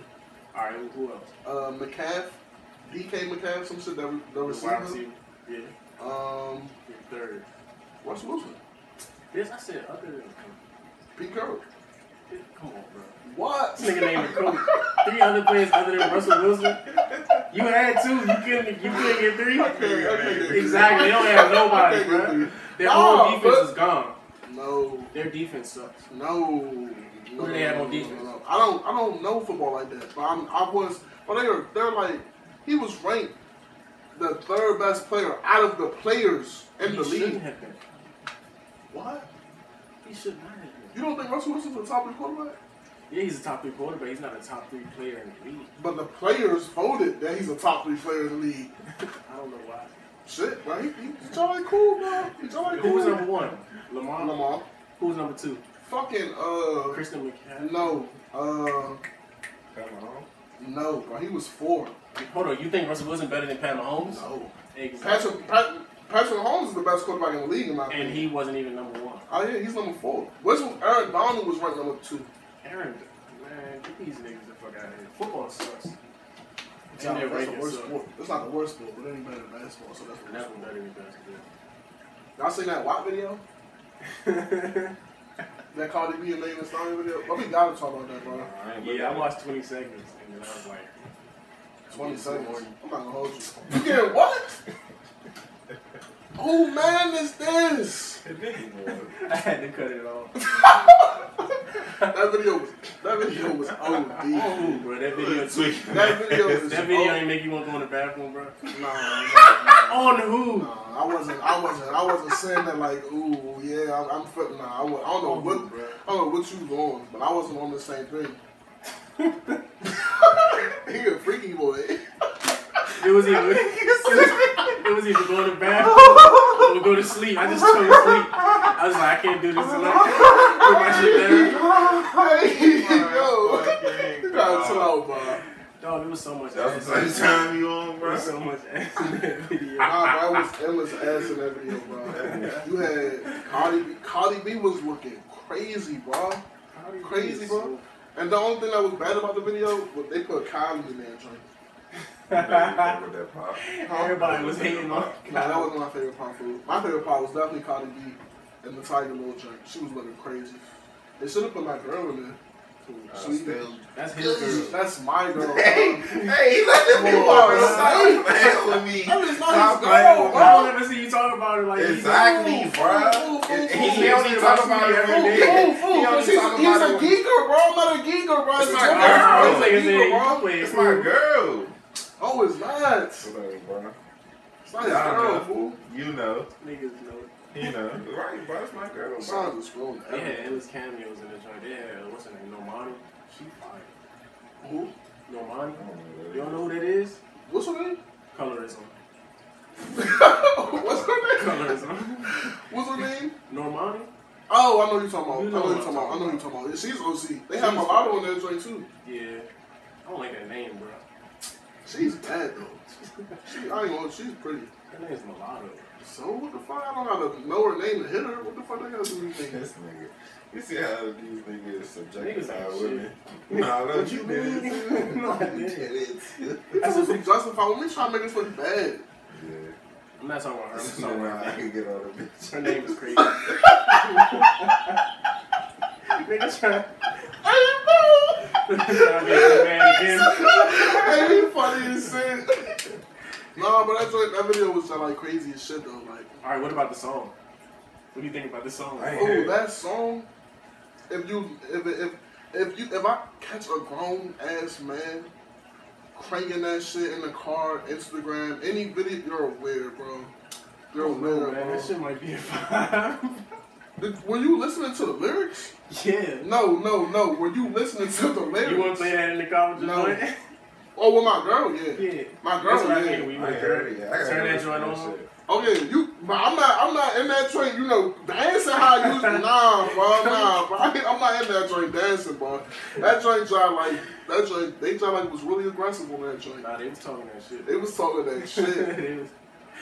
All right, who- who else?
Uh, McCaff, DK McCaff, some shit that we that
The wide
receiver.
receiver. Yeah,
Um,
your third.
Russ Wilson,
This I said other than
Pete Carroll.
come on, bro.
What?
This nigga named it Kobe. Three other players other than Russell Wilson. You had two. You couldn't. You couldn't get three.
Okay, okay.
Exactly. They
*laughs*
don't have nobody,
Okay,
bro.
dude.
Their
Nah,
whole defense
but-
is gone.
No.
Their defense sucks.
No.
Who do they have on
No, no,
defense?
no, no. I don't. I don't know football like that. But I'm, I was. But they were. They're like. He was ranked the third best player out of the players in
he
the
shouldn't
league.
have been.
What?
He should not have been.
You don't think Russell Wilson's a top three quarterback?
Yeah, he's a top three quarterback. He's not a top three player in the league.
But the players voted that he's a top three player in the league.
I don't know why.
Shit, bro. He, he, he's jolly cool, bro. He's jolly cool.
Who was number one? Lamar.
Lamar.
Who was number two?
Fucking uh.
Kristen McCaffrey.
No. Uh.
Come on.
No, bro. He was four.
Hold on. You think Russell Wilson better than Pat Mahomes?
No.
Exactly.
Patrick. Pat, Patrick Holmes is the best quarterback in the league, in my opinion.
And he wasn't even number one.
Oh yeah, he's number four. Which one? Aaron Donald was ranked number two.
Aaron, man, get these niggas the fuck out of here. Football sucks.
It's
And
not,
their
that's the
rankings
worst
suck.
sport. It's not the worst sport, but it ain't better than basketball, so that's the worst
Never
sport.
better than basketball.
Y'all seen that WAP video? *laughs* That Cardi B and Megan Stallion video? But we gotta talk about that, bro.
yeah, I watched 20 seconds and then I was like, *laughs*
20
I'm
seconds.
getting
I'm not gonna hold you. You getting what? Who man is this?
bored. I had to cut
*laughs*
it off.
That video was that video was OD.
Ooh, bro, that video,
*laughs*
That video was
Oh. that video
OD.
ain't make you want to go in the
*laughs*
bathroom, bro.
Nah, nah, nah.
On who?
Nah, I wasn't. I wasn't. I wasn't saying that like, ooh, yeah, I'm, I'm feeling. Nah, I, wa- I don't know what. I don't know what you was on, but I wasn't on the same thing. *laughs* he a freaky boy. *laughs*
It was either *laughs* it was, it was either go to the
*laughs*
bathroom or go to sleep. I just chose sleep. I was like, I can't do this
*laughs*
tonight. Put my shit down.
hey, yo, *laughs*
fucking
you gotta chill
God.
out, bro.
Dog, there was so much
That's
ass.
the same time you on,
There
bro.
was so much ass in that video.
Nah, bro, it was endless ass in that video, bro. You
*laughs*
had Cardi B. Cardi B was looking crazy, bro. Crazy, bro. And the only thing that was bad about the video was they put Kylie in that joint.
with that pop.
Everybody was hating on
Nah, that
Kylie.
wasn't my favorite part. For my favorite part was definitely Cardi B and the Tiger Lil joint. She was looking crazy. They should have put my girl in there.
Uh,
Sweet.
still-
That's his girl.
That's my *laughs* girl.
Hey, hey, he let this
Come
people
on, man.
stop playing with me.
I mean, it's
Stop
not his
playing
girl,
with
bro.
me.
I don't ever see you talk about it like he's-
Exactly,
Fool,
bro.
fool,
And
fool,
He he only
fool,
talk about it
fool,
every
Fool,
day.
fool,
He
fool.
only
She's, he's
talk about
a
it when-
geeker, bro. I'm not a geeker, bro.
It's my
your
girl.
girl.
This nigga
Geeker,
said
bro.
you playing.
It's my girl.
Oh, it's not. It's
Sorry, bro.
not his
Nah,
girl,
man.
fool.
You know,
Niggas know.
you
*laughs*
know. Right, bro. It's my girl, bro.
Sounds is scrolling.
Yeah, it was cameos in the joint. Yeah, what's her name? Normani. She fine.
Who?
Normani. You
*laughs*
don't know who that is?
What's her name? *laughs*
Colorism. *laughs*
What's her name?
Colorism.
What's her name?
Normani.
Oh, I know you talking about.
You
I know
know
you
what
talking
I'm
about. I know you talking about. She's OC. They have
She's-
Mulatto on that joint too.
Yeah. I don't like that name, bro.
She's bad though. She, I ain't gonna. She's pretty.
That name's Mulatto.
So what the fuck? I don't gotta know her name to hit her. What the fuck? I gotta do anything.
This nigga. You see how these niggas
Niggas
subjectify
ain't
women? *laughs*
shit.
Nah, don't
What
you
you
*laughs*
do
mean? No, I
it.
You talking some justify. Let me try to make this look bad.
Yeah.
I'm not talking about her. I'm just
*laughs*
talking
Nah,
about
I
her. name.
can get all the bitch.
Her name is *laughs* crazy. Nigga try. *laughs* Try to be a good man again.
*laughs* hey, you funny as shit. *laughs* Nah, but that joint, that video was just like crazy as shit though. Like,
All right, what about the song? What do you think about the song?
I ain't hear
oh,
it.
that song. If you, if if if you, if I catch a grown ass man cranking that shit in the car, Instagram, any video, you're aware, bro. You're
don't know,
aware,
man. That
bro.
shit might be a five.
*laughs*
Did- Were you listening to the lyrics?
yeah.
No, no, no. Were you listening to the lyrics?
You want to play that in the car with your
No.
joint?
*laughs*
Oh, with my girl, yeah.
yeah.
My girl,
That's what I
yeah.
mean. We
I
went
ain't heard it
dirty.
yet. I gotta
Turn that
listen to
joint
that
on.
shit.
Okay, you. But I'm not. I'm not in that joint. You know, dancing how you. Nah, bro. Nah, bro. *laughs* I ain't- I'm not in that joint dancing, bro. That joint tried like that joint. They tried like was really aggressive on that joint.
Nah, they was talking that
*laughs*
shit.
They was talking that shit.
*laughs* They was-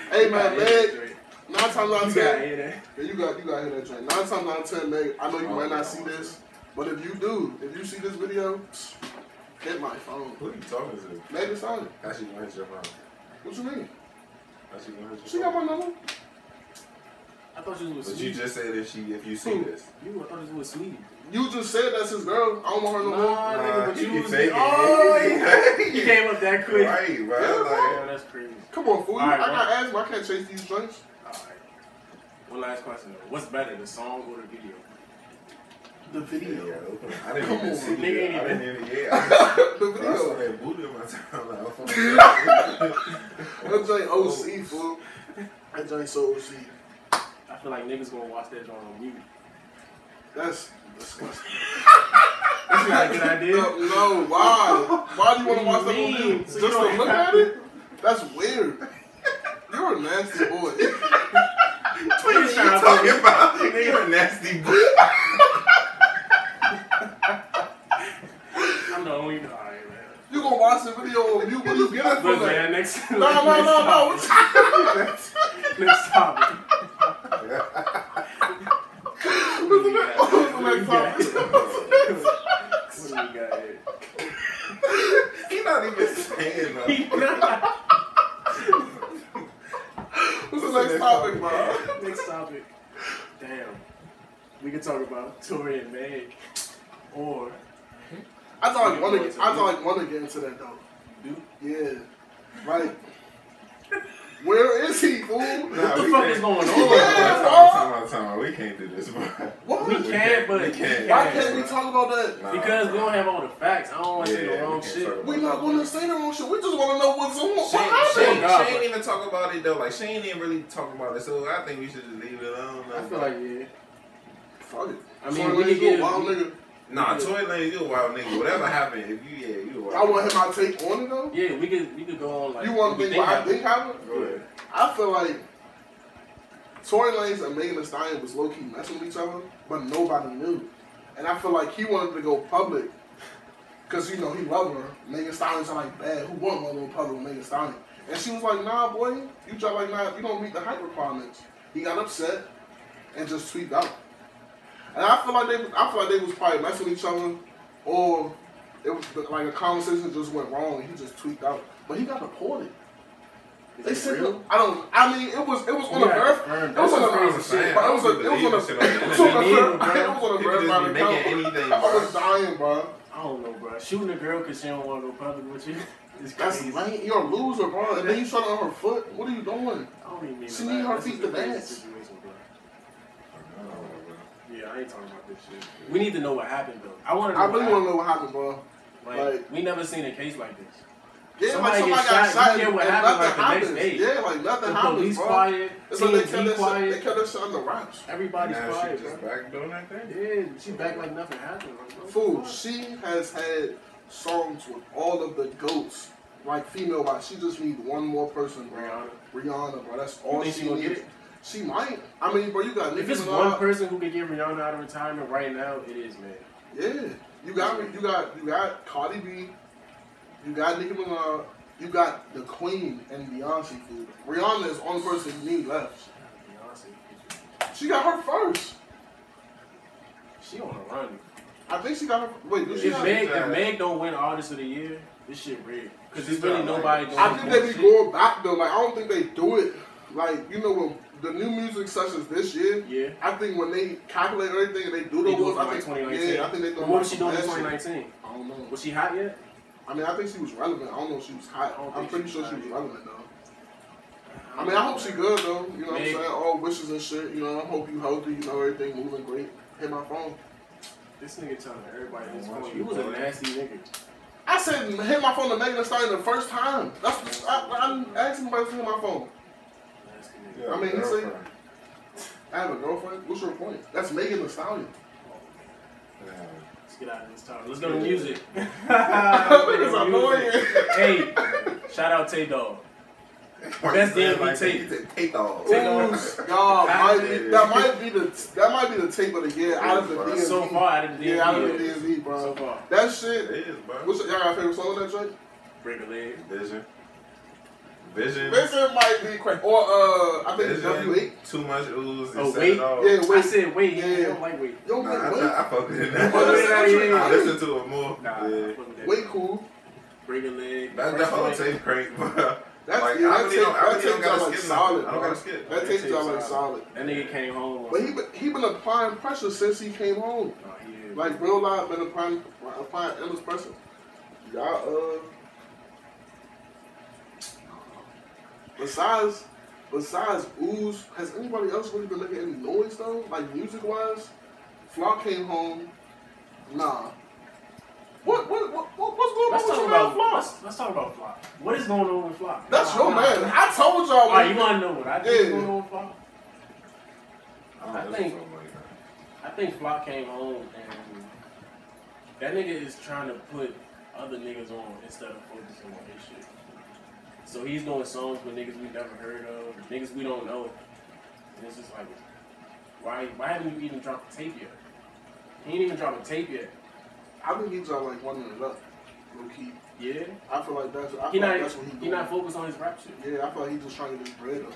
hey
you
man,
gotta hear
Meg.
that joint.
Nine times out
You
of
gotta
ten,
hear that.
yeah, you got you got to hit that joint. Nine times out of ten, Meg. I know you
Oh,
might
yeah.
not see this, but if you do, if you see this video, *sniffs* psh, hit my phone.
Who you talking to?
Meg is on it.
How she gonna hit your phone?
What you mean?
How she gonna hit your
She
phone?
got my number.
I thought you was
But
with
you
Sweetie.
just said if she if you see this.
You I thought you was with Sweetie.
*laughs*
You just said that's his girl. I don't want her no more.
Nah, Ah, nigga, but
he
you
be
was
faking. *laughs*
Oh,
He
yeah. *laughs*
faking.
You came up that quick. *laughs*
Right, bro.
Yeah,
Like,
Damn, that's crazy.
Come on, fool.
All right,
I
bro.
got asthma. I can't chase these *laughs* joints.
All right. One last question though. What's better, the song or the video?
The
yeah, I didn't
Come
even
on,
see
nigga,
it.
ain't
I
even-
didn't even.
*laughs*
Yeah.
the
I, I saw
video.
that booty in my time. Like, *laughs* I'm fucking-
That joint OC, fool. Oh. That joint so OC.
I feel like niggas gonna watch that joint on *laughs* mute.
That's disgusting.
That's not a good idea.
No, no, why? Why do you want to watch that on
Mean.
mute?
So you
Just to
don't
look
have
at it? That's weird. You're a nasty boy.
What you trying to
Talking
do?
about you're a nasty
*laughs*
bitch.
I'm the only. All right, man.
You gonna watch the video on mute when you get it
Look,
from that?
man. Next.
No, no, no, no. What you-
Next topic.
*laughs*
What do we got? What do we got? What do we got here?
He not even saying nothing.
What's the next topic, bro?
*laughs* Next topic. Damn. We could talk about Tori and Meg. Or
I thought I want to. I thought I want to get into that though.
Duke.
Yeah. Like, where is he, fool?
Nah,
What the
we
fuck
can't-
is going
Time
on?
Yeah.
out, time out, time out. We can't do this, bro.
What?
We can, but
We can't.
Why can't we talk about that?
Nah,
Because we
bro.
don't have all the facts. I don't want to say
Yeah,
the
we
wrong
can't
shit.
talk about
We're not going to say the wrong shit. We just want to know what's on.
She,
What
she,
happened?
she
God,
ain't
but-
even talk about it though. Like she ain't even really talk about it. So I think we should just leave it alone.
I feel like yeah.
Fuck it.
I mean,
Tory
we
Lanez,
can
you a
get-
wild nigga.
nah, Toy Lane, you a wild nigga. Whatever happened, if you yeah, you a wild.
I want him my take on it though.
Yeah, we could we could go on like
You want
we
to think what I
about it.
think happened?
Go ahead.
I feel like Tory Lanez and Megan Thee Stallion was low key messing with each other, but nobody knew. And I feel like he wanted to go public because you know he loved her. Megan Thee Stallion's like bad. Who wouldn't want to go public with Megan Thee Stallion? And she was like, Nah, boy, you just like nah, you don't meet the hype requirements. He got upset and just tweaked out. And I feel like they, I feel like they was probably messing with each other or it was like a conversation just went wrong and he just tweaked out. But he got deported. They
Is it
said,
real?
I don't. I mean, it was it was on
You
a
gotta
verif-
confirm
It
that.
was on a
That's what I'm
verif-
saying.
shit, but it was a
I
it was on a
believe
*laughs*
this shit
it was
on
on
the
a
internet.
verif- it was on a
People just
verified
be making
account.
anything,
I
bro.
was dying, bro.
I don't know, bro. Shooting a girl because she don't want to go public with you. *laughs* It's
That's
crazy.
lame. You're a loser, bro. And then you shot her on her foot. What are you doing?
I don't even mean
She
to
need
laugh.
her
This is
feet
the
to
crazy
dance.
situation, bro.
Like,
Yeah, I ain't talking about this shit. We need to know what happened though. I want to know.
I really
what
want to know what happened, bro.
happened. Like, we never seen a case like this.
Yeah,
Somebody
like somebody
get
got
shot, you
shot,
hear
and
what
nothing
happened, like, the
happens.
next day.
Yeah, like nothing
The
happens,
police
bro.
quiet,
It's like they
TMZ
kept, that shit, they
quiet,
kept that shit under wraps.
everybody's
now
quiet,
she just
bro.
back doing that thing.
Yeah, she back like nothing happened. Like, what the
Fool,
fuck?
she has had songs with all of the goats, like female wise. She just needs one more person, bro. Rihanna, bro. That's all
think
she
she gonna
needs.
get it?
She might. I mean, bro, you got
If
Nicki
it's one
Minaj.
person who could get Rihanna out of retirement right now, it is man.
yeah, you got you got you got Cardi B, you got Nicki Minaj, you got the Queen and Beyonce. Fool, Rihanna is the only person you need left.
Beyonce,
She got her first.
she on a run.
I think she got her. Wait, did she?
If
Have,
Meg, if Meg don't win Artist of the Year, this shit red. Cause there's really nobody doing.
I think they
this
be
bullshit.
going back though. Like I don't think they do it. Like you know when the new music sessions this year.
Yeah.
I think when they calculate everything and they do
They
the
do
ones,
it for
I
like
think
2019.
yeah, I think they do.
But what was she doing in 2019?
I don't know.
Was she hot yet?
I mean, I think she was relevant. I don't know if she was hot.
I don't
I'm
think
pretty
she
sure
was
she was
hot.
relevant though. I mean, I hope she good though. You know what I'm
Meg-
saying? All wishes and shit. You know, I hope you healthy. You know, everything moving great. Hit my phone.
This nigga telling everybody
Man,
his
why
phone.
you
You was a
playing?
nasty nigga.
I said hit my phone to Megan Thee Stallion the first time. That's I, I asked somebody to hit my phone.
Nasty nigga.
Yeah,
I mean, you see-
girlfriend.
I have a girlfriend. What's your point? That's Megan Thee Stallion.
Yeah.
Let's get out of this time. Let's go
*laughs*
to music.
Niggas are
Music.
annoying.
hey, shout out Tay Dog. Best
Why you
DMV
like that?
tape.
You said Take off.
Take
Ooh, God, might be, that might be the that might be the tape of the year out of the
Yeah,
DMZ.
So far out of the
yeah, out of the
DMV.
DMZ, bro.
So far.
That
It
shit.
is, bro.
What's y'all got a favorite song on that joint?
Break a leg.
Vision. Vision.
Vincent might be crazy. Or uh, I think it's W
Vision.
eight.
Too much ooze. and
Oh,
set
wait.
it off.
Yeah,
I
wait.
said wait.
Yeah.
Yeah. I don't like wait.
Yo,
Nah,
wait,
I,
wait.
I fuck with it *laughs*
Well,
now.
that's
Yeah,
actually-
yeah,
I listen to it more.
Nah.
yeah.
fuck with that.
Wait, cool.
Break a leg.
That's the
Break a
whole
leg.
tape crank, bro.
That's
Like,
yeah,
I
that
really
tape.
don't- I
That
really don't
tape
gotta
got like
skip no-
solid.
I don't
bro.
gotta
That
skip.
That
tape
tape
got like solid.
solid. That nigga came home.
But he been, he been applying pressure since he came home.
Nah, he is.
Like real life been applying applying endless pressure. Y'all uh besides besides Ooze, has anybody else really been making any noise though? Like music wise? Flaw came home. Nah. What what, what what- what's going
Let's
on with
talk
your
about
man Flaw?
let's, let's talk about Flock. What is going on with Flock?
That's
Nah,
your
nah.
man. I told y'all
Alright, you
when-
wanna know what I think is
Yeah.
going on with Flock?
I
I
don't
think-
listen to him like that.
I think Flock came home and that nigga is trying to put other niggas on instead of focusing on his shit. So he's doing songs with niggas we never heard of, niggas we don't know. And it's just like, why why haven't you even dropped a tape yet? He ain't even dropped a tape yet.
I think he's all like one it up. Low key.
Yeah?
I feel like that's I
He
feel like
not
that's what he
he
doing.
not focused on his rap shit.
yeah, I feel like he's just trying to get his bread up.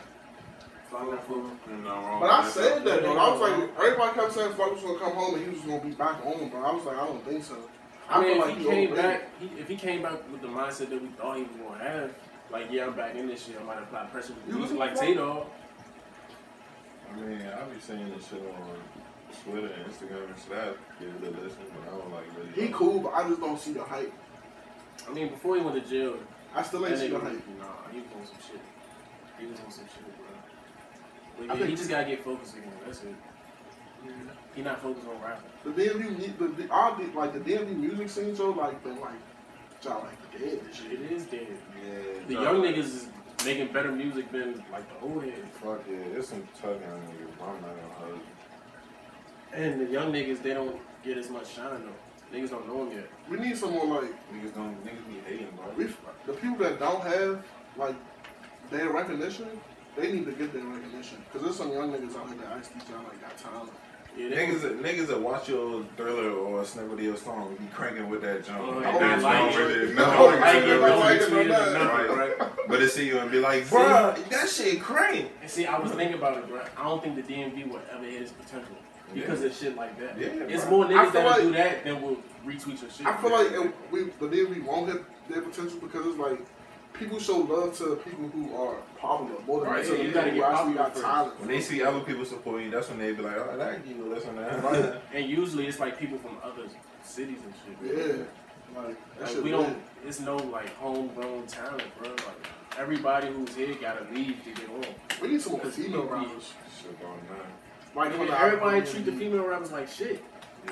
Flock not focused.
You know, wrong
But I
with
said that though. I was
Yeah.
like, everybody kept saying Flock was gonna come home and he was gonna be back on, but I was like, I don't think so.
I mean,
feel
if he
he
came
overrated.
back, he, if he came back with the mindset that we thought he was gonna have, like yeah, I'm back in this shit, I might apply pressure with
You listen
music like
to
Tato.
I mean, I be seeing this shit on Twitter and Instagram and stuff. Give it a listen, but I don't like really.
He cool, but I just don't see the hype.
I mean, before he went to jail,
I still
that
ain't see
nigga,
the
was-
hype.
nah, he was on some shit. He was on some shit, bro.
I
But yeah, he
think-
just gotta get focused again. That's it. He not focused on rapping.
The DMV, mu- the, the, all the, like the DMV music scene, so like been like, y'all like dead and shit.
It is dead.
Yeah.
The
nah.
young niggas is making better music than like the old heads.
Fuck yeah, it's some tough young niggas. but I'm not gonna hold you.
And the young niggas, they don't get as much shine though. Niggas don't know them yet.
We need someone like
Niggas don't. Niggas be hating, bro.
we, the people that don't have like their recognition. They need to get their recognition because there's some young niggas out here that actually y'all like got talent.
Yeah, they
Niggas, that- niggas that watch your thriller or a snippet of your song be cranking with that junk.
Oh,
Like,
yeah.
niggas
Like
don't
it.
really-
No,
no,
like it,
niggas don't
like
really-
it.
But they see you and be like, bruh, that shit crank.
And See, I was thinking about it, bro. I don't think the DMV will ever hit its potential. because of shit like that.
Yeah,
it's
bro.
more
I feel
niggas that
like-
do that than will retweet your shit.
I feel like it, we, but then we won't hit their potential because it's like people show love to people who are popular more than
Right,
they
so
do
you
people
gotta
who
get
actually
popular
got
first.
talent.
When they see other people supporting you, that's when they be like, oh, I like you, or this and that.
Right.
and usually it's like people from other cities and shit.
yeah, like, that
Like,
shit
we
lit.
don't. It's no like homegrown talent, bro. Like everybody who's here gotta leave to get on.
We need some more
Because
female
we-
rappers.
*laughs* Shit going on.
Like
Nigga,
when I- Oh,
everybody treat the female rappers like shit.
Yeah.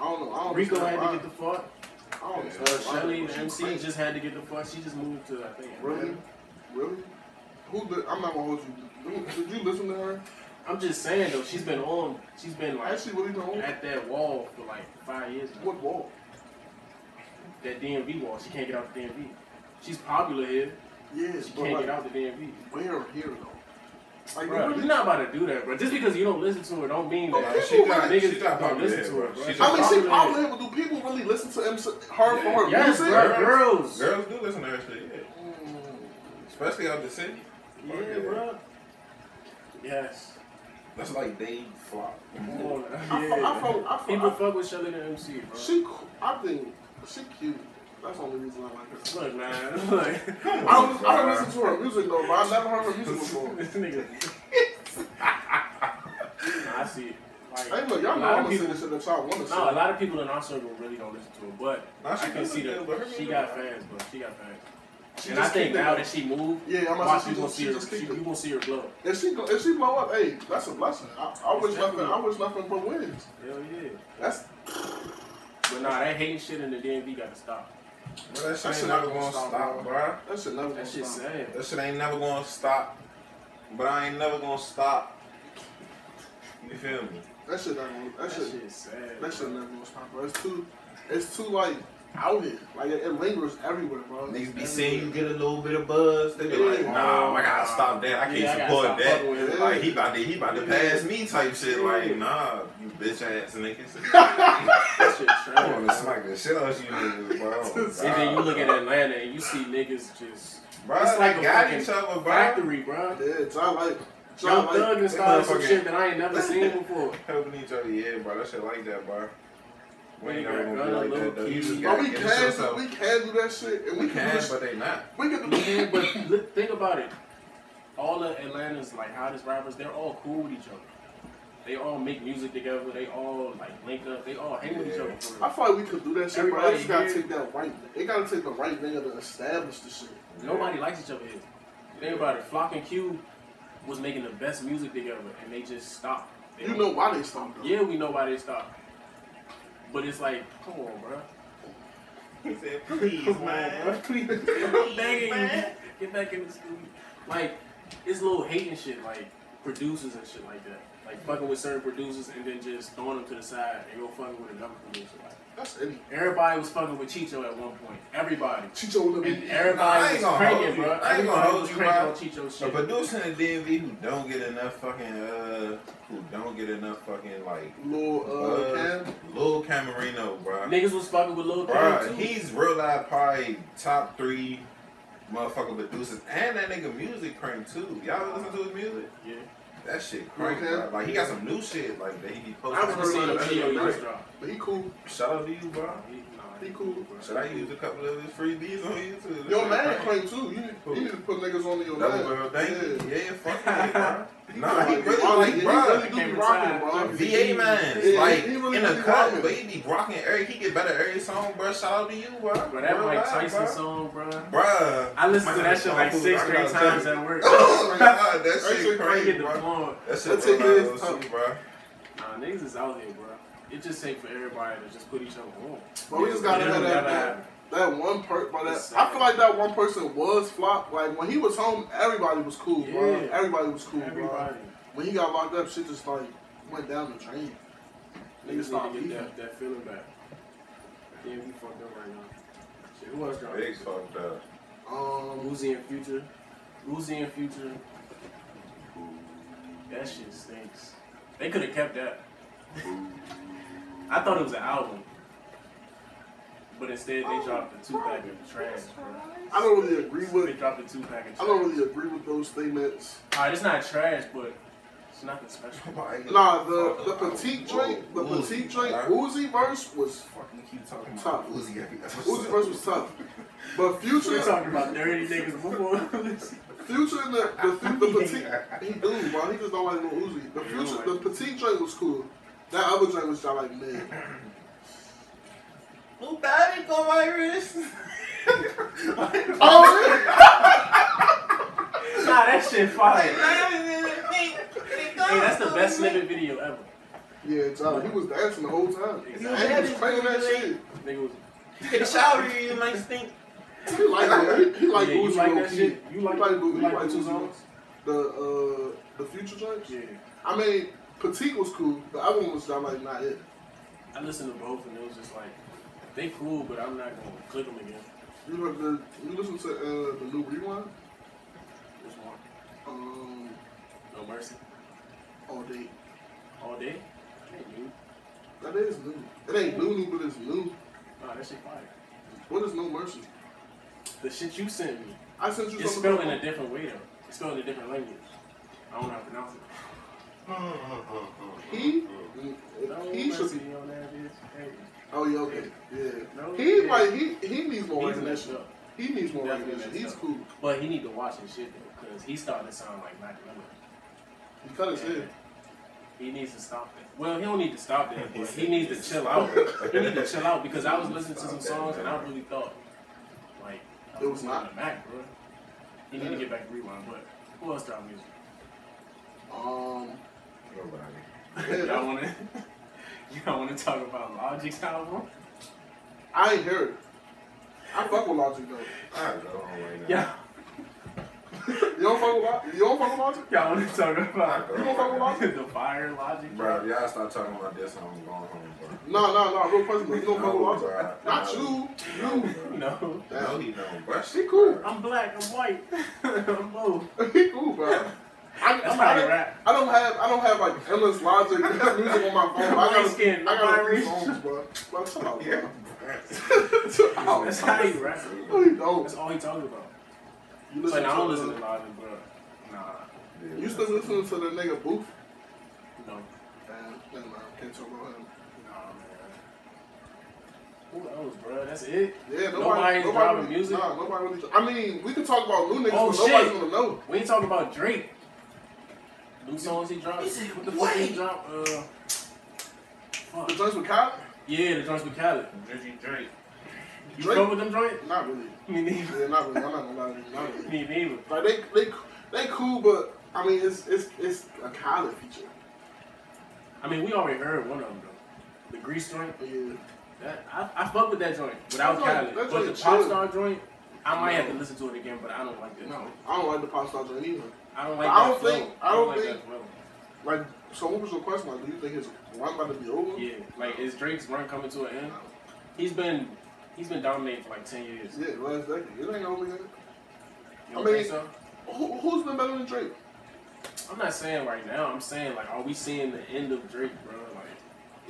I don't know. I don't
Rico
understand
had to
why.
get the fuck.
I don't
Yeah.
understand why. She
Shelly, the MC,
crazy.
just had to get the fuck. She just moved to I think.
Really? Really? Who did, I'm not gonna hold you. Who- Did you listen to her?
I'm just saying though, she's been on. She's been
I
like
actually really don't.
at that wall for like five years. Now.
What wall?
That DMV wall. She can't get out the DMV. She's popular here.
Yes,
She
but
can't
like,
get out the DMV.
where here though? Like,
Bro,
really-
you're not about to do that, bro. Just because you don't listen to her, don't mean
Well,
that.
people
She got,
really-
she got
don't
popular
listen
here,
to
bro.
her, bro.
She's
I mean, she
Popular.
popular, but do people really listen to MC, her
Yeah.
for her
Yes,
music?
bro. Girls.
Girls do listen to her shit, yeah.
Mm.
Especially out the city.
Yeah,
Fuck
bro. Yes.
That's like they flop.
Come on.
I, fo-
Yeah.
I, fo- I, fo-
*laughs* People fuck with Shelly the
I-
MC, bro.
she, cu- I think she cute. That's the only reason I like her.
Look, man. *laughs* Look.
I don't, I don't listen to her music though, but I never heard her music before.
this nigga. nah, I see it. Like,
Hey, look, y'all
a
know
lot
I'm
of
gonna say
people.
this shit that y'all want to say.
No, a lot of people in our circle really don't listen to her, but
Nah, she
I can
good
see
looking, but her
that she
music
got
alright.
fans, bro. She got fans.
She
and I
just
think
kicked it.
now that she moved,
Yeah, I'm about
watch
to
you
say
gonna
she
see her.
just
She,
kicked
you
it.
gonna see her blow.
If she go, if she blow up, hey, that's a blessing. I, I wish nothing. I wish nothing but wins.
Hell yeah.
That's
But nah, that hating shit in the DMV gotta stop.
Bro, that shit
That
ain't
shit
never
not
gonna
gonna stop,
stop,
bro.
bro.
that shit never.
That
gonna
shit's
stop.
sad.
That shit ain't never gonna stop. But I ain't never gonna stop. You feel me?
That shit never. gonna- That
That
shit.
shit's sad.
That shit
bro.
never gonna stop, bro. It's too. It's too like out here. Like it, it lingers everywhere, bro.
Niggas be
Everywhere.
seeing you get a little bit of buzz. They be like,
Yeah.
nah, I gotta stop that. I can't
Yeah, I gotta
support
stop
that.
fucking with
her.
Like he about to, he about to
Yeah.
pass me type shit.
Yeah.
Like nah, you bitch ass niggas.
That shit
I
trash.
wanna smack the shit out you niggas, bro.
And
And then you look at Atlanta and you see niggas just
bro,
it's like
they
a
got
fucking
each other, bro.
factory, bro.
Yeah, John like.
Young
John like.
Thug and started some
motherfucking-
shit that I ain't
*laughs*
never seen before.
Helping each other, yeah, bro. That shit like that, bro. We ain't
Yeah,
never gonna be
Gunna,
like
Lil
that, though. You
Keith.
just
But
gotta
we
get
can,
yourself.
do, we can do that shit, and we,
We
can, do
can,
this-
but they not.
we can do.
Yeah, but look, think about it. All of Atlanta's like hottest rappers, they're all cool with each other. They all make music together. They all like link up. They all hang with each other. For
I
real.
feel like we could do that shit, bro.
Everybody
It just gotta
here-
take that right. It gotta take the right nigga to establish the shit.
Nobody likes each other here. Think about it. Flock and Q was making the best music together, and they just stopped. They
You
don't-
know why they stopped though.
Yeah, we know why they stopped. But it's like, come on, bro.
He said, please,
Come on, bro. Please, I'm begging you. Get back in the studio. Like, it's little hating shit, like producers and shit like that. Like fucking with certain producers and then just throwing them to the side and go fucking with another producer. Like,
*laughs* That's any.
everybody was fucking with Chicho at one point. Everybody.
Chicho would
And
be.
everybody
Nah, I ain't
was
gonna hold
cranking,
you. I
bro.
ain't gonna
Everybody
hold
was
you,
cranking
bro.
on Chicho's
A
shit.
producer in DMV who don't get enough fucking uh who don't get enough fucking like
Little uh,
uh,
Cam.
Lil Camerino, bro.
Niggas was fucking with Lil Kim
Bro,
too.
he's real life probably top three motherfucking producers, and that nigga music crank too. Y'all listen to his music?
yeah.
That shit crank,
Okay.
bro. Like he got some new shit like that he be
I
I
was
posting.
remember seeing a
like, that's
video he just
great.
dropped.
But he cool.
Shout out to you, bro.
He, nah,
He cool.
Should I use a couple of his freebies on YouTube?
Your man claim too. You,
Who?
you need to put niggas on to your
Double
man.
barrel, thank you.
Yeah.
Yeah, fuck yeah, bro. Nah, he
Like,
really
oh,
like,
he
bro.
really do
Came
be rocking,
inside.
bro.
VA man's
Yeah,
like
he really
in the
be
cut,
rocking.
but he be rocking every. He get better every song, bro. Shout out to you, bro.
Bro, that Mike Tyson
bro.
song, bro.
Bruh.
I listened to
My
that shit like
phone,
six
I
straight
gotta
times
tell you.
at work.
*laughs* Oh my god, that
That shit
shit
I
crazy,
get the
bro.
phone.
That
That shit
shit is
real
tough.
loud, bro.
Nah, niggas is out here, bro. It just take for everybody to just put each other on.
But we just gotta
It'll
have that,
never
that,
happen.
that one per. But
It's
that,
sad.
I feel like that one person was flop. Like when he was home, everybody was cool, bro.
Yeah.
Everybody was cool, bro.
Everybody.
When he got locked up, shit just like went down the drain.
Niggas
stop
need to
beefing.
get that, that feeling back. Yeah, we fucked up right now. Shit, who else dropped?
Big fucked *laughs* up.
Um,
Uzi and Future. Uzi and Future. That shit stinks. They could have kept that. I thought it was an album. But instead, they dropped the two pack of trash, bro.
I don't really agree
They
with.
dropped the two pack of trash.
I don't really agree with those statements.
Alright, it's not trash, but It's nothing special. *laughs*
Nah, the, the petite joint, the petite joint, Uzi verse was
Fucking keep talking
Top.
about Uzi every episode.
Uzi verse was tough, but
We're
Future,
talking about dirty niggas. Move on.
Future and the the, the, petite, he do, bro. He just don't like no Uzi. The Future, the petite joint was cool. That other joint was just like mid.
Who batted on
*laughs*
my wrist?
*laughs* Oh,
nah, that shit fire. hey,
that's
that's the best snippet video ever.
yeah, John, he was dancing the whole time. And he was playing that shit.
Nigga was.
Take a shower, you might stink.
He like it. He like
yeah, you
Uzi
like
low
that
key.
shit? You like,
He like
you
Uzi,
like
he like
two
Uzi.
songs?
The uh the Future joint.
Yeah.
I mean, petite was cool. The other one was just like not it.
I listened to both and it was just like, they cool, but I'm not gonna click them again.
You heard the you listen to uh, the new rewind?
There's more.
Um,
No mercy.
all day.
All day. Hey, dude.
That is new. It ain't new new, but it's new.
Nah, that shit fire.
What is no mercy?
The shit you sent me.
I sent you
It's
something.
spelled in a different way though. It's spelled in a different language. I don't know how to pronounce it.
Mm, He,
No
he should
mercy
be.
on that bitch. Hey,
Oh yeah, okay, yeah.
no,
He
yeah.
like he he needs more
He's messed
recognition.
up.
He needs more
Definitely
recognition. He's
messed up.
cool.
But he need to watch his shit though, because he's starting to sound like Mac Miller.
He cut his hair.
He needs to stop that. Well, he don't need to stop that, but he needs to chill
*laughs*
out. He needs to chill out because I was listening to some songs and I really thought, like, I
It was
listening to
not.
Mac, bro. He need to get back to rewind. But who else dropped music? *laughs*
Um,
Nobody.
yeah,
Y'all want to? *laughs* Y'all want to talk about Logic's album?
I ain't heard. it. I fuck with Logic though.
I don't know right now.
Yeah.
You don't fuck with Logic. You don't fuck with Logic.
Y'all want to talk
I
about
don't
You don't fuck with
know right now.
Logic.
*laughs* the fire Logic?
Bro, y'all start talking about this, I'm going home, bro.
No, no, no. Real personal. You don't fuck with
No,
Logic.
bro.
Not you. You. *laughs*
No, bro.
No.
No, he don't, bro.
He cool.
I'm black. I'm white. I'm blue.
he cool, bro. I,
That's
I,
not a
don't-
rap.
I don't have I don't have like endless logic *laughs* music on my phone. I
Light
got
skin,
I got a few
Irish.
phones, bro. Bro, chill out,
Yeah.
bro. *laughs* Chill out.
That's how you rap.
No, you don't.
That's all he talking about.
Oh, You
But
listen
now I
to
don't listen to
the-
Logic, bro. Nah.
You still listening to the nigga Booth?
No.
Damn, never mind. Can't talk about him.
Nah, man. Who else, bro? That's it.
Yeah, nobody,
Nobody's
nobody
dropping
really,
music?
Nah, nobody really. I mean, we could talk about new niggas,
Oh,
but nobody's
shit.
gonna know.
We ain't talking about Drake. New songs he dropped. What the fuck he dropped? Uh,
The
fuck.
joints with Kyle?
Yeah, the joints with Khaled. Drizzy Drake. You
Drake?
Drake? with them joints?
Not really.
Me neither.
Yeah, not really. I'm not gonna lie. to you, Not really.
Me neither.
Like they, they, they cool, but I mean, it's it's it's a Kyle feature.
I mean, we already heard one of them though. The Grease joint.
Yeah.
That, I, I fuck with that joint
That
without
joint-
Khaled.
that
But the
joint
pop
chill.
star joint, I might have to
No.
listen to it again, but I don't like that.
No,
joint.
I don't like the pop star joint either.
I don't like.
I
that
don't think-
flow.
I don't
like
think-
that flow.
Like, so what was your question? Like, do you think his run about to be over?
Yeah, like is Drake's run coming to an end? He's been he's been dominating for like ten years.
Yeah, last decade. It ain't over yet.
You don't
I mean-
think so?
Who, who's been better than Drake?
I'm not saying right now. I'm saying like, are we seeing the end of Drake, bro? Like,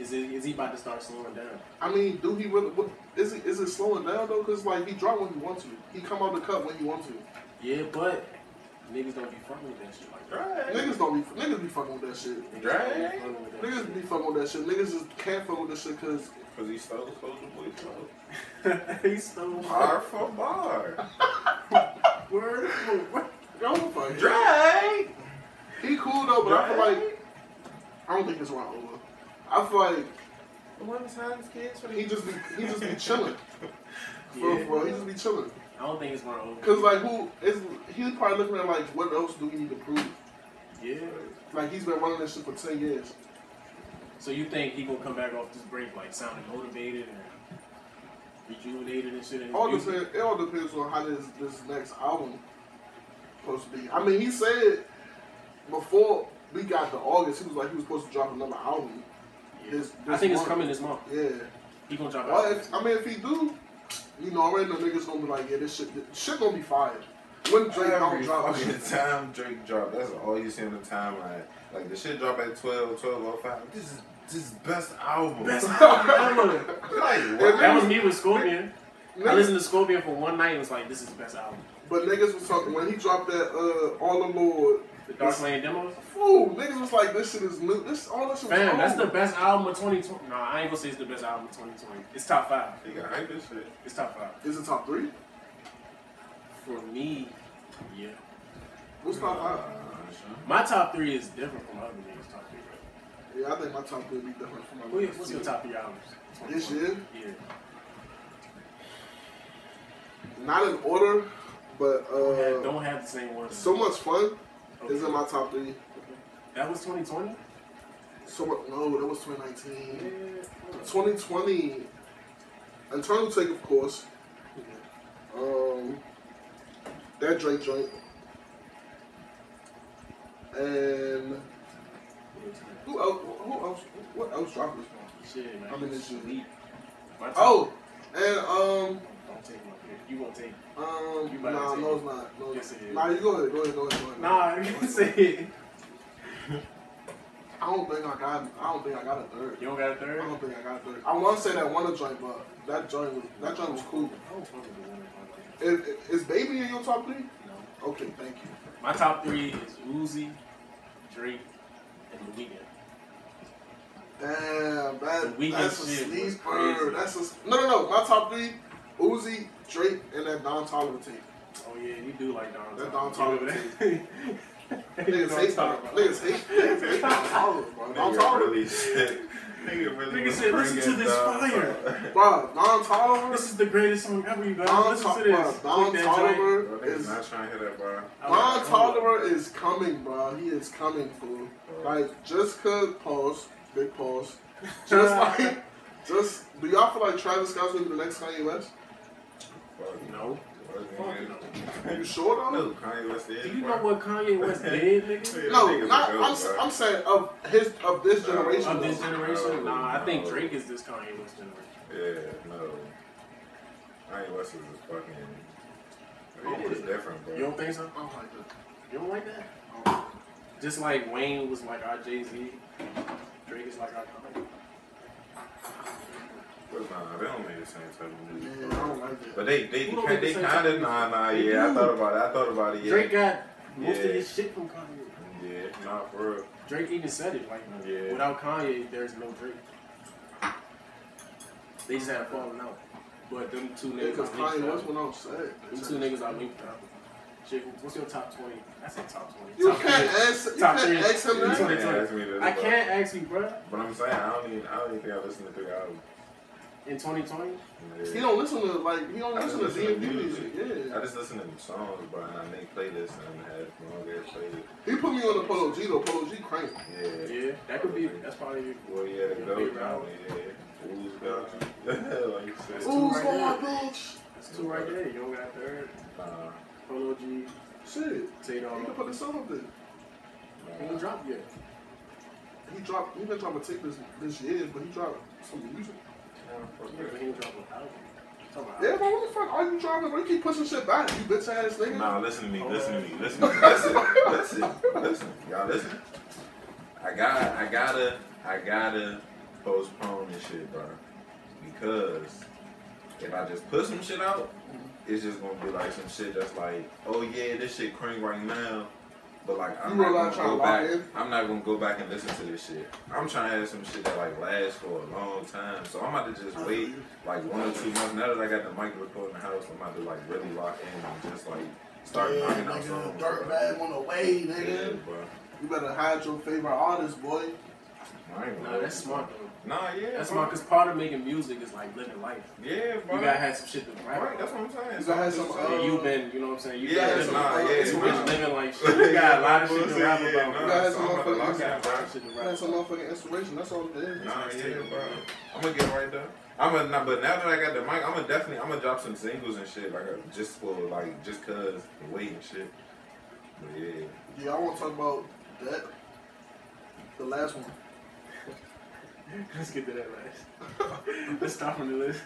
is it is he about to start slowing down?
I mean, do he really? What, is it is it slowing down though? Cause like he drop when he wants to. He come out the cut when he wants to.
Yeah, but niggas don't be fucking with that shit like that.
Niggas don't be niggas be fucking with that shit.
Niggas
Drake?
don't be fucking with that
Niggas be fucking with that shit. Niggas just can't fuck with that shit cause
Because he stole Soulja Boy's flow.
shit. *laughs* he's so
Ah.
Bar for bar.
word for word.
y'all don't fuck. him.
Drake!
He cool though, but I feel like I don't think his run over. I feel like
The women's hands kids for
he just be he just be chilling. For,
Yeah.
for, he just be chilling.
I don't think it's run over.
Cause like who is he's probably looking at like what else do we need to prove?
Yeah.
Like he's been running this shit for ten years.
So you think he gonna come back off this break like sounding motivated and rejuvenated and shit? in his
All
music?
depends. It all depends on how this this next album supposed to be. I mean, he said before we got to August, he was like he was supposed to drop another album.
Yeah.
This, this
I think it's
month.
coming this month.
Yeah.
He gonna drop
Well,
out.
if, I mean, if he do, you know, already the niggas gonna be like, yeah, this shit, this shit gonna be fired. When Drake don't
Every
drop,
fucking
*laughs*
time Drake drop, that's all you see on the timeline. Like the shit drop at 12, 12.05. This is this is best album.
Best
like
album ever.
what?
That was me with Scorpion. I
niggas,
listened to Scorpion for one night and was like, this is the best album.
but niggas was talking when he dropped that uh, All the Lord
The Dark Lane demos?
Fool, niggas was like, this shit is new. This all this shit was
Fam,
old.
that's the best album of 2020. Nah, I ain't gonna say it's the best album of 2020. It's top five.
He got hype as shit.
It's top five.
Is it top three?
For me, yeah.
What's top
Oh,
Uh,
five?
My top three is different from other niggas' top three. Right?
Yeah, I think my top three would be different from my
Who-
last
What's
year.
your top three albums?
This year?
Yeah.
Not in order, but
Don't have-
uh,
don't have the same one.
so much fun
Okay.
is in my top three.
That was 2020?
So much, no, that was 2019.
Yeah.
2020, Internal Take, of course. Um, that Drake joint. And who else? Who else? What else dropped this month?
Shit, man.
I'm in this
leap.
Oh, and um,
Don't take my pick. You won't take You
um,
might
nah,
take
no,
it.
it's not. No,
Yes, it is.
Nah, you go ahead, go ahead, go ahead, go ahead.
Nah, you can say it.
I don't think I got. I don't think I got a third.
You don't got a
I
third?
don't think I got a third. I want to say that one joint, but that joint was that joint was cool.
I don't fuck with the one in my pick.
Is, is Baby in your top three?
No.
Okay, thank you.
My top three is Uzi, Drake, and The Weeknd.
Damn,
The
that,
Weeknd
that's a
shit was
sleeper.
crazy.
That's a no, no, no. My top three: Uzi, Drake, and that Don Toliver tape.
Oh yeah, you do like Don.
That
Toliver.
Don
You *laughs* know
Niggas
what I'm
hate Don.
talking about.
Niggas hate. Niggas hate Don Toliver,
*laughs*
bro. Don
Nigga
Toliver,
really *laughs* shit. Nigga really
Nigga
was
said, listen to
bringing
this
down-
*laughs* fire.
bro. Don Toliver.
This is the greatest song ever, you guys.
Don,
Listen to
Tol-
this.
bruh, Don
Click that joint.
Bro,
Toliver
niggas
is
not trying to hit that bar.
I'm
Don
like, hold up.
Toliver is coming, bro. He is coming, fool. Like, just cause pause, big pause. Just like, just do y'all feel like Travis Scott's gonna be the next Kanye West?
Fuck.
*laughs* No.
Fuck, *laughs*
Fuck
nigga.
Are you sure though?
No, Kanye West is.
Do you know what Kanye West did, nigga?
No,
Niggas
not.
are
I'm,
good,
s-
bro.
I'm saying of his of this
No.
generation.
Of this
though.
generation? Nah, I think Drake is this Kanye West generation.
Yeah, no. Kanye West is a fucking. He was different, bro.
You don't think so?
I don't like that.
You don't like that?
I don't like
Just like Wayne was like our Jay Z, Drake is like our Kanye.
But nah, they don't make the same type of
that.
music.
Man, I don't like that.
But they they
Who don't make
they,
the same
kind
type
of
of
nah nah
They
yeah. I
do.
thought about it. I thought about it. Yeah.
Drake got most
Yeah.
of his shit from Kanye.
Yeah, not for real.
Drake even said it like
Yeah.
without Kanye, there's no Drake. They just had a falling out. But them two niggas
Because
are
Kanye West
linked up.
went on set.
Them two niggas are linked up. Jake, what's your top twenty? I said top twenty.
You
top
can't
30.
ask. You
Top
can't
three.
ask him
You
That's
that.
what
can't
it's like.
ask me this,
I
but-
can't ask you, bruh.
But I'm saying I don't even I don't even think I listen to big album.
In 2020,
Yeah.
He don't listen to like. He don't
I
listen
just
to
listen to
DMV music.
music.
Yeah.
I just listen to songs, bro, and I make playlists and I have long ass playlists.
He put me on the Polo G though. Polo G crank.
Yeah.
yeah, that could be. That's probably your
Well, yeah, the
Your
go
favorite
down,
album.
yeah. Who's gone? *laughs* like you said.
Ooh.
Who's
right
my bitch?
That's two right there. You don't got third.
Nah, nah.
Polo G,
Shit. You
Tatum.
can put this song up there.
He ain't dropped yet.
He dropped. He been trying to take this this year, but he dropped some music.
Yeah, but he ain't dropped an album. Talking about
Yeah, bro. What the fuck? Are you dropping? Bro, you keep pushing shit back. You bitch ass nigga.
Nah, listen to me,
Oh,
listen to
man.
me, listen, to me, listen, listen, listen. Y'all listen. I got, I gotta, I gotta postpone this shit, bro. Because if I just put some shit out,
Mm-hmm.
it's just gonna be like some shit that's like, oh yeah, this shit crank right now. But like, I'm
You
not
really
gonna
trying to
go
lock
back.
in?
I'm not gonna go back and listen to this shit. I'm trying to have some shit that like lasts for a long time. So I'm about to just wait like one or two months. Now that I got the mic recording the house, I'm about to like really lock in and just like start knocking out songs. bro.
on the way,
Yeah, bro.
You better hide your favorite artist, boy.
I ain't
Nah,
gonna-
that's smart though.
Nah, yeah,
That's
bro.
smart because part of making music is like living life.
Yeah, bro.
You gotta have some shit to rap
Right, that's
about.
what I'm saying.
You gotta have some,
*laughs*
uh,
And you've been, you know what I'm saying? You
Yeah, it's
been living
not-
life.
yeah,
It's
it's
rich
not.
living like shit. You got a lot of shit to
Yeah,
rap about.
nah,
You gotta have
so
some
I'm about to
motherfucking
lock in,
got a
bro.
lot of shit to rap
That's some
about.
motherfucking inspiration. That's all it is.
Nah,
Next
yeah,
tape.
bro. I'm gonna get right there. I'm gonna, nah, but now that I got the mic, I'm gonna definitely, I'm gonna drop some singles and shit, like uh, just for like, just cause the weight and shit. But yeah,
Yeah, I want to talk about that. The last one.
Let's get to that last. Let's stop on the list.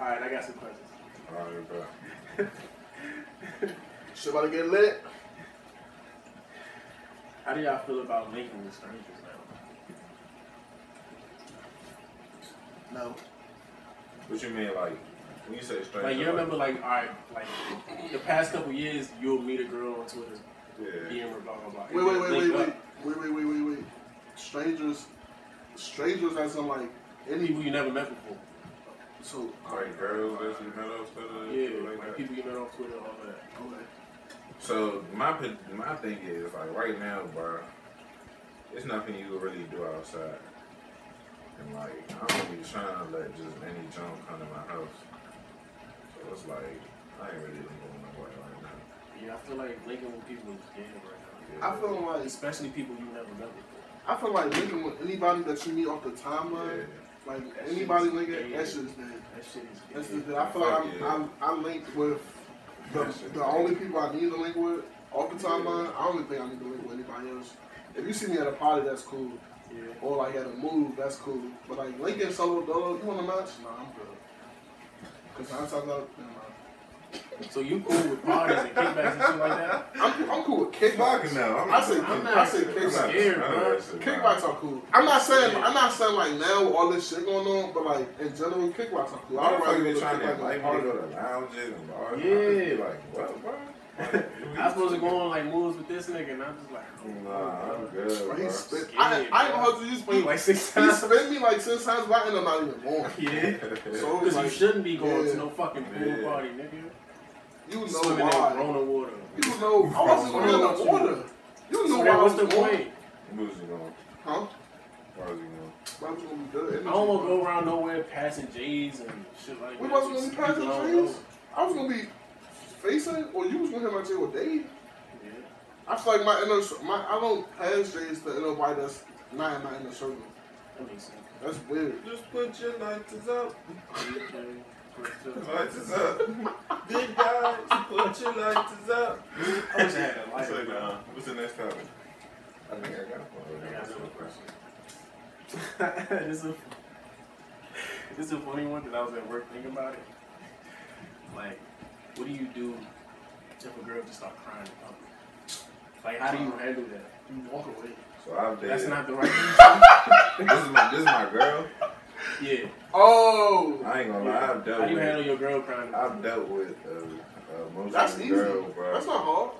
All right, I got some questions.
alright, bro.
Shit about to get lit.
How do y'all feel about linking with strangers now?
No.
What you mean, like, when you say straight?
Like you remember, like all right, like the past couple years, you'll meet a girl on Twitter,
Yeah.
DM or blah blah blah.
Wait,
And
wait,
then
wait, wait,
link
wait,
up.
wait, wait, wait, wait, wait. Strangers, strangers as in like any.
People you never met before.
So
Like girls that you met up to the-
Yeah,
like
like
that.
people you met on Twitter, all that.
okay.
So my p- my thing is like right now, bro. It's nothing you can really do outside, and like I'm really trying to let just any junk come to my house. So it's like I ain't really going nowhere right now.
Yeah, I feel like linking with people is dead right
Yeah.
I feel
now,
like
especially people you never met before.
I feel like linking with anybody that you meet off the timeline.
yeah.
Like
That
anybody
shit's
linking,
dead.
that shit is dead.
That shit is
That's
dead.
just it. I feel like I'm,
Yeah.
I'm I'm linked with
That
the,
shit's
the
dead.
only people I need to link with off the timeline. I don't even think I need to link with anybody else. If you see me at a party, that's cool.
Yeah.
Or like at a move, that's cool. But like linking solo dolo, you want to match? Nah, I'm good. Cause I'm talking about.
So you cool with parties and kickbacks and shit like that?
*laughs* I'm, I'm cool with
It's fucking
kickboxing.
now. I'm
I say-
not-
I'm
not-
not- I say
I'm
kickbox.
not-
Yeah,
I'm
bro.
not-
Kickbox are cool. I'm not saying
Yeah.
I'm not saying like now with all this shit going on, but like in general, kickbox are cool. I
I'm
don't
fucking
really
been trying to
kickbox like
invite me to
hard.
go to lounges and bars.
Yeah.
Yeah, like what, bro?
*laughs* I supposed to go on like moves with this nigga, and I'm just like, oh,
Nah, I'm
bro.
good.
Bro,
bro.
he
*laughs*
spit. I, I ain't hard to use.
Wait,
He
like *laughs* six times.
spit me like six times, but I end up not even going.
Yeah.
So
Because you
like,
shouldn't be going
Yeah.
to no fucking pool
Yeah.
party, nigga.
you know
Swimming in
why.
grown water.
You know, I wasn't going
Bro,
what
in the
you-
water. You know
So
why I
then what's
was
the
going.
point?
Where was you going?
Huh?
Where was you going?
Why was gonna be good?
I don't want to go around nowhere passing J's and shit like
We
that.
wasn't gonna
Just
be passing
people I
J's?
don't know.
I was gonna be facing, or you was gonna hit my tail with Dave.
Yeah.
I feel like my inner, my I don't pass J's to nobody that's not in my inner circle.
That makes sense.
That's weird.
Just put your lighters up.
Okay.
Lighters up. *laughs* Big guys, put your lighters up.
I wish I had a
What's
lighter.
the,
bro.
uh, what's the next topic?
I think I got
I
one.
got another question. *laughs* this is a this is a funny one that I was at work thinking about it. Like, what do you do if a girl just start crying in public? Like, how do you handle that?
You walk away.
So I've dated.
That's not the right thing.
this is my this is my girl. *laughs*
to do.
Oh,
I ain't gonna lie.
yeah.
I've dealt
How do you
with.
handle your girl crying? in
I've
public?
dealt with uh, uh, most
that's
of the
easy.
girl, bro.
That's not hard.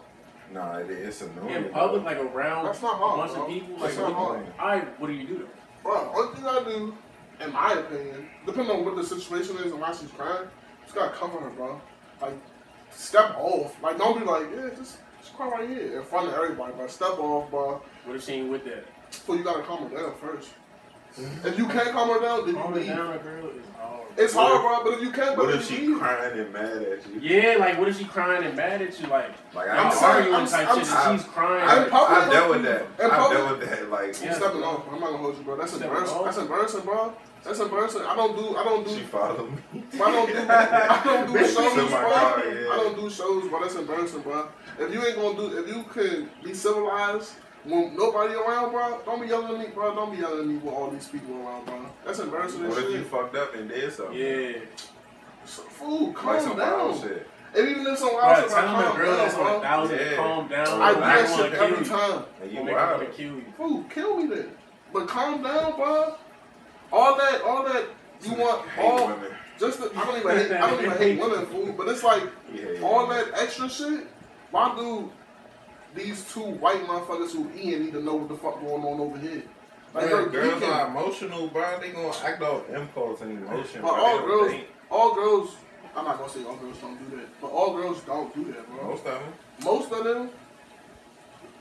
Nah, it, it's annoying.
in public,
bro.
like around
That's not hard,
a bunch
bro.
of people. Like,
That's
Like,
not
all
hard.
annoying.
right, what do you do though?
Bro, only thing I do, in my opinion, depending on what the situation is and why she's crying, just gotta cover her, bro. Like, step off. Like, don't be like, yeah, just, just cry right here in front of everybody, bro. Step off, bro.
What if she ain't with that?
So you gotta calm her down first. If you can't calm her down, then you
Calming
leave.
Mm-hmm. down a girl is hard.
It's
What
hard, bro, but if you can't, but
What
then
if
you
she
leave.
crying and mad at you?
Yeah, like what if she crying and mad at you? Like,
Like I
I'm
know-
sorry you
I'm-
and type
I'm-
shit.
I'm-
and she's crying.
I'm-
I,
In public?
I've dealt with that.
In
I've
public?
dealt with that. Like
Yeah.
Stepping off. I'm not gonna hold you, bro. That's
Stepping
embarrassing.
off.
That's embarrassing, bro. That's embarrassing. I don't do. I don't do.
she followed me.
I don't
*laughs*
do, I don't do
Bitch,
shows,
it's in
bro.
my car, yeah.
I don't do shows, bro. That's embarrassing, bro. If you ain't gonna do, if you can be civilized when nobody around, bro, don't be yelling at me, bro. Don't be yelling at me with all these people around, bro. That's embarrassing as
What if you
shit.
fucked up and did something?
Yeah.
So, fool, calm
Like some wild
down.
shit.
And even if some wild
Bro,
shit, bro,
tell him a
calm
girl that's on a
down, bro.
thousand,
Yeah.
calm down.
I
I
do
don't
that shit
wanna
every time.
And you
You want
wild.
to kill you.
Fool, kill me then. But calm down, bro. All that, all that. You want
Hate
all
women.
just the, I don't even hate, I don't even hate women, fool. But it's like
Yeah,
all that extra shit, why do these two white motherfuckers who Ian need to know what the fuck going on over here? Like,
Bro,
yo,
girls
you
are
can-
emotional, bro. They gonna act off impulse and
But
emotion. bro.
all
They don't
girls,
think.
all girls, I'm not gonna say all girls don't do that, but all girls don't do that, bro.
most of them.
Most of them.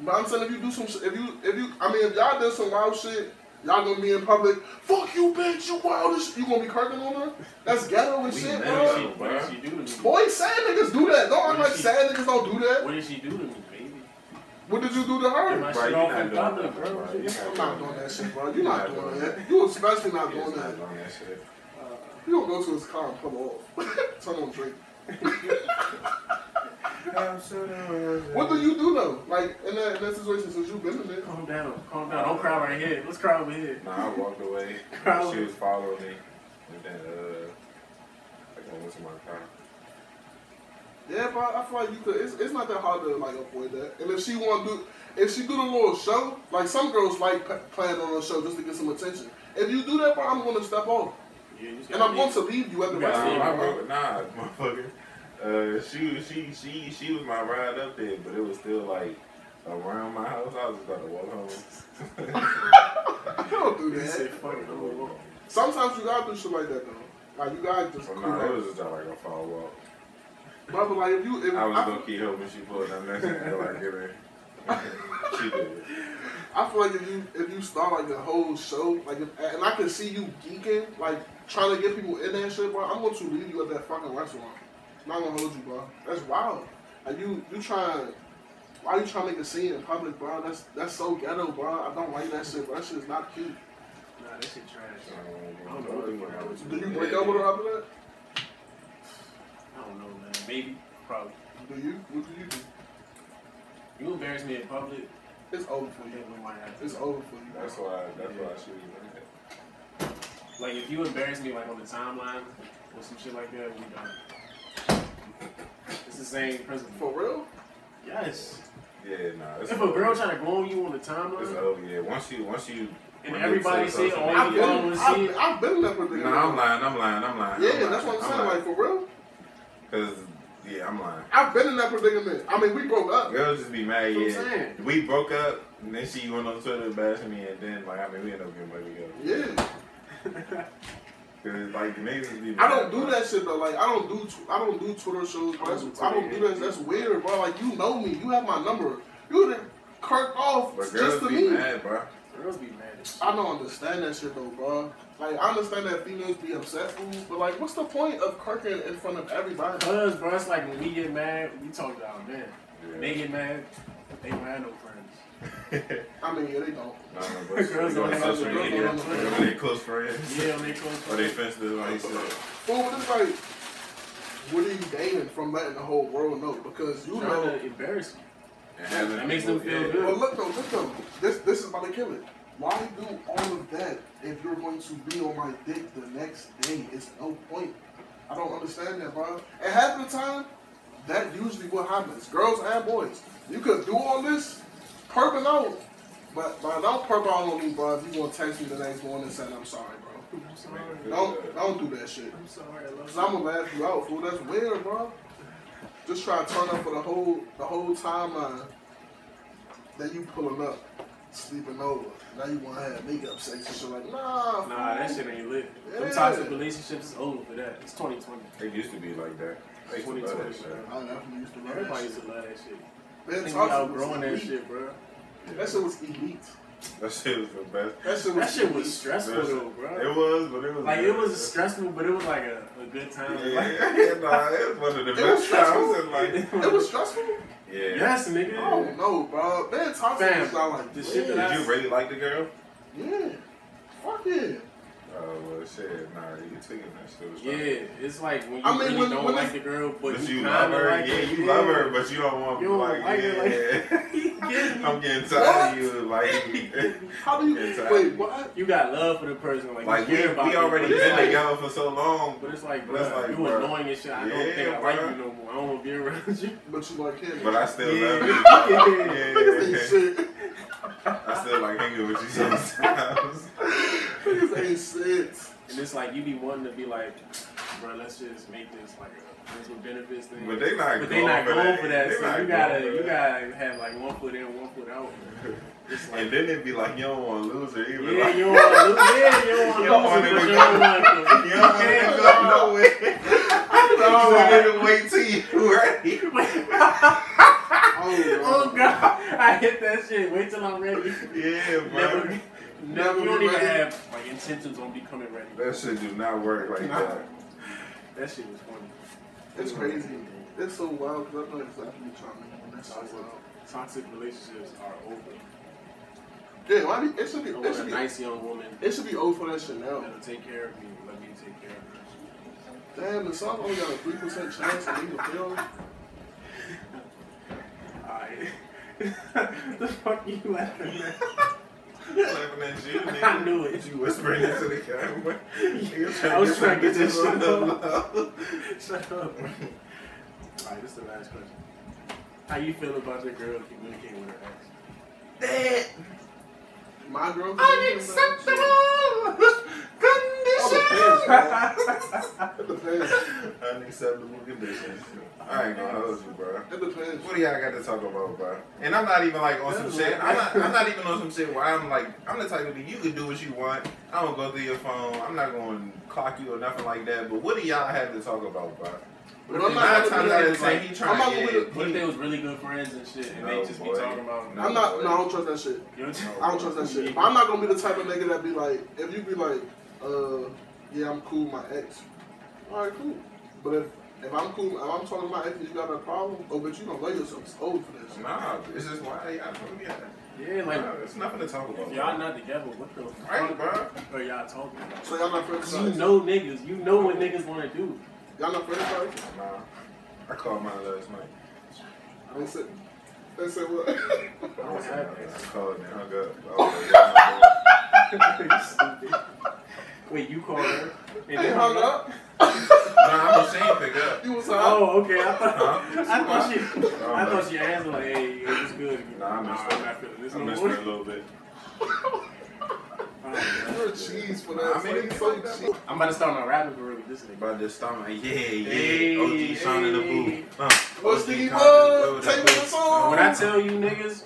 But I'm saying if you do some, sh- if you, if you, I mean, if y'all did some wild shit, y'all gonna be in public. Fuck you, bitch, you wild as shit. You gonna be cracking on her? That's ghetto and
We
shit,
mad
bro.
What
Oh,
did she, what did
bruh.
she do to me?
Boy, sad niggas do that. Don't act
What
like
did she-
sad niggas don't do that.
What did she do to me, baby?
What did you do to her?
Get my
Bro,
shit
you
off
not
in
doing
public,
that,
bro.
bro. You
Shit.
I'm not doing that shit, bro. You're not doing that. You especially not
Yeah,
doing
it's
that.
not doing that shit.
You don't go to his car and pull *laughs* off. Turn on drink. What do you do though? Like in that, in that situation, since you've been in it,
Calm down, calm down. Don't cry right here. Let's cry over here.
Nah, I walked
*laughs*
away.
Crowd.
She was following me. And then, uh, I went to my car.
yeah, bro. I feel like you could. It's, it's not that hard to like avoid that. And if she want to do, if she do the little show, like some girls like p- playing on a show just to get some attention. If you do that, bro, I'm gonna step off,
Yeah, you just
and
gotta
I'm
be-
going to leave you at the
You gotta
Nah,
leave.
restaurant.
my
Yeah.
bro, nah, motherfucker. Uh, she, was- she, she, she was my ride up there, but it was still like around my house, I was about to walk home.
You don't do
They say
that.
fuck it, I'm gonna walk.
Sometimes you gotta do shit like that though. Like you gotta just
So
cool
nah, it
out.
was just like a fall walk.
But but, like if you if
I was
I-
low key hoping she pulled down next to me like, give me. *laughs* she did. it.
I feel like if you if you start like the whole show, like if, and I can see you geeking, like trying to get people in that shit, bro. I'm going to leave you at that fucking restaurant. Not gonna hold you, bro. That's wild. Like you you trying. Why you trying to make a scene in public, bro? That's that's so ghetto, bro. I don't like that shit, bro. That shit's not cute.
Nah, that shit trash.
I
don't
don't
know.
think I was-
Do you break up with her after that?
I don't know, man. Maybe, probably.
Do you? What do you do?
You embarrass me in public,
It's over for
then
you.
we might have to.
It's over for you.
That's why. That's why she was like that.
Like if you embarrass me like on the timeline or some shit like that, we done. It's the same principle.
For real?
Yes.
Yeah, nah. It's
If a girl trying to go on you on the
It's
timeline
over. Yeah. Once you, once you.
and
when you
everybody
say
see
something-
all
I've
you
been,
want to see,
I've, I've been left "Oh, with the
Nah, I'm lying. I'm lying. I'm lying.
Yeah, that's what I'm saying. Like for real,
Because yeah, I'm lying.
I've been in that predicament. I mean, we broke up.
Girls just be mad.
That's what I'm
Yeah.
saying.
We broke up, and then she went on Twitter bashing me, and then like I mean, we ended up getting back together.
Yeah,
Cause like the niggas just be.
I
mad,
don't do
bro.
that shit though. Like I don't do tw- I don't do Twitter shows. Bro. That's, I don't do that. That's weird, bro. Like you know me, you have my number. You would have kirked off
But
just
girls
to
be
me.
mad, bro.
girls be mad. as shit.
I don't understand that shit though, bro. Like I understand that females be upset, fool, but like, what's the point of kirking in front of everybody?
Cause bro, it's like when we get mad, we talk to our men.
Yeah.
They get mad, they don't have no friends.
I mean, yeah, they don't.
*laughs*
*laughs*
Nah, nah, but
Girls don't
you got
have
social
no-
media.
girls don't have no-
Are they close friends? *laughs*
Yeah, when they close.
Are they fences? Like you said.
Fool, but it's like, what are you gaining from letting the whole world know? Because you
Trying
know.
to embarrass me.
And having
That makes them
people-
feel
yeah.
good.
But look though, look though. This this is about to kill it. Why do all of that if you're going to be on my dick the next day? It's no point. I don't understand that, bro. And half the time, that usually what happens. Girls and boys. You could do all this, perping out. But but don't perp out on me, bro. If you gonna text me the next morning saying I'm sorry, bro.
I'm sorry.
Don't don't do that shit.
I'm sorry. I
Cause
love
I'm gonna laugh you out, fool. That's weird, bro. Just try to turn up for the whole the whole timeline. Then you pulling up, sleeping over. Now you wanna have makeup sex and shit like, nah.
you. Nah, that shit ain't lit. Them
Yeah.
toxic relationships is over for that. It's 2020.
It used to be like that. I used to love that
2020.
shit.
bro.
I definitely used to love
Everybody
that
used
shit.
to love that shit.
Man,
Think we
toxic was
outgrowing that
elite.
shit, bro.
Yeah.
That shit was elite.
That shit was the best.
That shit was.
That shit
elite.
was stressful
That's-
though, bro.
It was, but it was
like it was stressful, but it was like a, a good time.
Yeah,
Like,
yeah, *laughs* nah, it was one of the
It was
best times.
stressful.
in *laughs*
*laughs*
life.
It was stressful.
yeah.
yes, nigga.
I
Oh.
don't know, bro. Man, toxic
Fam,
was not like
the
this
shit
shit.
that
Did you really like the girl?
Yeah. Fuck yeah.
*laughs*
Oh well, shit, nah, you took it. That shit was
Yeah,
stressful.
it's like when you
I mean,
really
when-
don't
when
like
it's-
the girl, but,
But,
you,
you
kinda
love her,
like
yeah,
it,
you love her, but you don't want
You don't
like,
like
yeah.
*laughs* it,
*laughs*
Yeah.
I'm getting tired of you, like,
*laughs*
How do you?
Yeah, toxic.
Wait, what?
you got love for the person. Like,
like
you
we,
care about
we
them,
already
but it's
been
like-
together for so long.
But it's like,
But it's
bro,
like,
you
bruh.
annoying and shit. I don't
Yeah,
think I like
bruh.
you no more. I don't want to be around *laughs* you.
But you like him.
But I still
Yeah. *laughs*
love you. *laughs*
Niggas ain't
Yeah.
shit.
I still like hanging with you sometimes. *laughs*
Niggas ain't *laughs* shit.
And it's like you be wanting to be like, bro, let's just make this like a friends with benefits thing.
But they not going
But they not
for
going
that.
for that,
They
so
not going
you gotta
for
you
that.
gotta have like one foot in, one foot out. It's like
And then it'd be like, you don't want to lose her either.
yeah,
like, *laughs*
you don't wanna lose, yeah, you don't
You
wanna
don't
lose,
want
it,
it
but
to
*laughs* you
go-
don't want to.
you don't want to go nowhere. You want to wait till you ready.
*laughs*
Oh, *laughs*
Oh
Lord.
god, I hit that shit. Wait till I'm ready.
Yeah, bro.
Never, never.
Never
You don't
be
even
ready.
have like intentions on becoming ready.
That shit do not work like
Nah.
*laughs* that.
That shit was funny.
It's crazy. It's so wild because I know exactly what y'all mean. That's so
Toxic,
wild.
toxic relationships are over.
Yeah, why be, it should be
I
it
want
should
a
be
nice young woman
it should be old for that shit now.
that'll take care of me. Let me take care of her.
Damn, the song only got a three percent chance of being a failure.
Alright. *laughs* the fuck you laughing at? *laughs*
Laughing at you, nigga.
I knew it.
You whispering into the
*laughs*
camera. Nigga trying
I was
get
trying to
your
get this
bitches
shit
on
up.
the low. *laughs*
*laughs* Shut up. Alright, this is the last question. How you feel about your girl communicating with her ex?
My girl. Unacceptable. It depends, bro. It depends.
Unacceptable conditions. I ain't gonna hold you, bro.
It depends.
What do y'all got to talk about, bro? And I'm not even like on some shit. I'm not, I'm not even on some shit where I'm like, I'm the type of dude you can do what you want. I don't go through your phone. I'm not going to clock you or nothing like that. But what do y'all have to talk about, bro?
But
Nine
I'm not
times
gonna
out
be
of ten,
like,
he
I'm
trying
not
to
gonna
get
What if they
hit.
was really good friends and shit, and
No,
they just
boy.
be talking about?
No.
I'm not. No, I don't trust that shit.
Your
I don't trust that shit. But I'm not gonna be the type of nigga that be like, if you be like, uh, yeah, I'm cool, with my ex. All right, cool. But if if I'm cool, if I'm talking to my ex, and you got a problem. Oh, but you don't love yourself. It's old for this.
Nah, it's just why y'all fucking be at
Yeah, like
Nah, It's nothing to talk about.
if y'all
bro.
not together, what the
Right,
fuck
bro.
are y'all talking about?
So y'all not friends.
'Cause
with
You
my ex?
know niggas. You know what niggas want to do.
Y'all not friends. with my ex?
Nah. I called mine last night.
They said. They said what?
I don't have
I
that.
called and hung up. I was like,
*laughs* You stupid. Wait, you called her? and
They
you
hung up. *laughs*
nah, I'm ashamed to pick up.
You was hung up.
Oh, okay. I thought,
Huh?
I thought she, I
Nah,
thought she answered like, "Hey, it was good."
Nah, I missed
I'm
it.
not feeling this
I
no
missed
more.
it a little bit.
Alright,
You're a cheese for
Nah,
that.
I
So
made
you
it
so
like that,
cheese.
I'm about to start my rapping career with this nigga.
About this time, like, yeah, yeah,
Hey,
OG Sean in the
hey.
booth. Uh,
What's
OG
the
Compton,
word?
blow that
Take me
booth.
to song.
When
Oh.
I tell you niggas,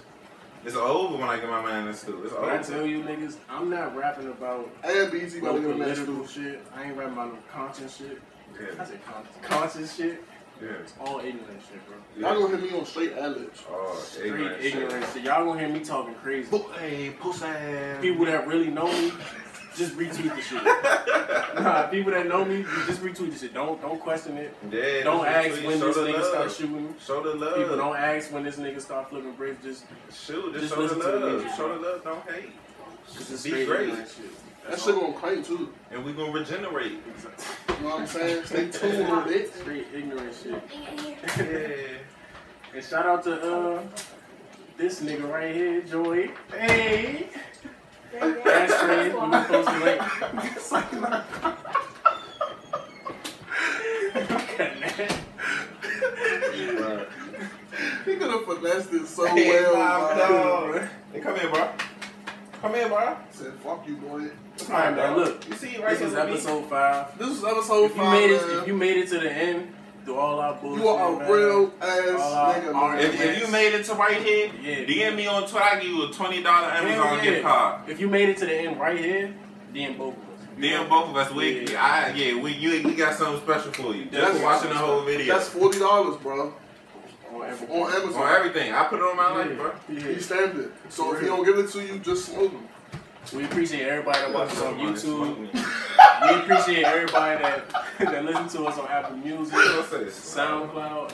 It's over when I get my man in school. It's
when I
over.
tell you niggas, I'm not rapping about
And BZ
no
about to get a match
political shit. I ain't rapping about no conscience shit. I
Yeah,
said conscience, conscience shit.
yeah,
It's all ignorant shit, bro.
Y'all
yeah.
gonna hit me on straight ad-libs.
Oh,
Straight
ignorant
ignorant
shit.
shit. Y'all gonna hear me talking crazy.
Hey, pussy.
People that really know me, just retweet
*laughs*
the shit. Nah, people that know me, just retweet the shit. Don't don't question it.
Yeah,
Don't
that's
ask
what you-
when
show
this
the
nigga
love.
start shooting.
Show the love.
People don't ask when this nigga start flipping bricks. Just
shoot. Just,
just
show the
listen to the
love.
music.
show the love. Don't hate.
cause it's
Be
straight
great.
ignorant shit.
That
That's
shit
all.
gonna claim too.
And we gonna regenerate.
You know what I'm saying? Stay tuned, bitch.
Straight ignorant shit.
*laughs* Yeah.
And shout out to uh this nigga right here, Joy. Hey, that's friend. We were supposed to like. Look at that.
Bruh.
He could have finessed it so
Hey,
well.
my
bro.
dog. uh, Hey, come here, bro. Come here, bro.
Said fuck you, boy.
What's
All right, man,
dog?
look.
You see, right
*laughs* This
here with
is
me.
episode five.
This was episode
If you
five.
made it,
man.
if you made it to the end, through all our bullshit,
You are
man.
a real ass
All
nigga.
our
man.
If, if you made it to right here,
Yeah.
DM me on Twitter. I give you a twenty dollar
Hell
Amazon gift card.
If you made it to the end right here, then both of us.
DM both of us. We,
Yeah.
I, yeah, we, you, we got something special for you. Just
That's-
for watching the whole video
That's forty dollars, bro.
on every-
On Amazon.
on everything. I put it on my life, bro.
Yeah.
He stamped it. So if he don't give it to you, just smoke him.
We appreciate everybody that watches us on
Somebody
YouTube.
smoke me.
We appreciate everybody that that listens to us on Apple Music,
What's this?
SoundCloud.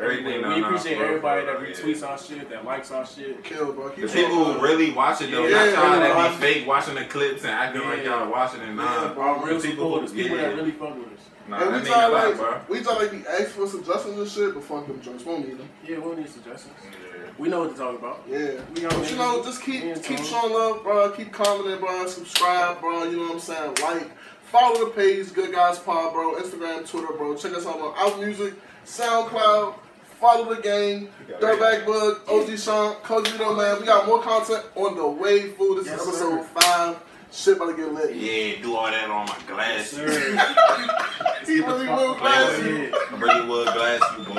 Everything.
everywhere.
no,
we
no,
appreciate
bro,
everybody
bro,
that
yeah.
retweets our shit, that likes our shit.
Kill, bro.
The
Keep
people
talking.
who really watch it though,
Yeah.
not y'all
Yeah.
that be fake watching the clips and acting like
Yeah.
y'all watching it. Nah,
Yeah,
Our real
The people who-
supporters, people
yeah.
that really fuck with us.
nah,
and
that
we
means
try
a lot, bro.
like we try like be ask for suggestions and shit, but fuck them joints. Won't need them.
Yeah, we'll need suggestions.
Yeah.
We know what to talk about.
Yeah.
We
But you know, just keep keep showing love, bro. Keep commenting, bro. Subscribe, bro. You know what I'm saying? Like, follow the page, Good Guys Pod, bro. Instagram, Twitter, bro. Check us out on Out Music, SoundCloud. Follow the game,
You got
Dirtbag Bug, OG Sean, Coach Vito, man. We got more content on the way, fool. This
Yes,
is episode
sir.
five. Shit about to get lit.
Yeah, do all that on my
Yes,
glasses.
sir.
*laughs* He really will,
Play
man.
with it. I really would glass you, boy.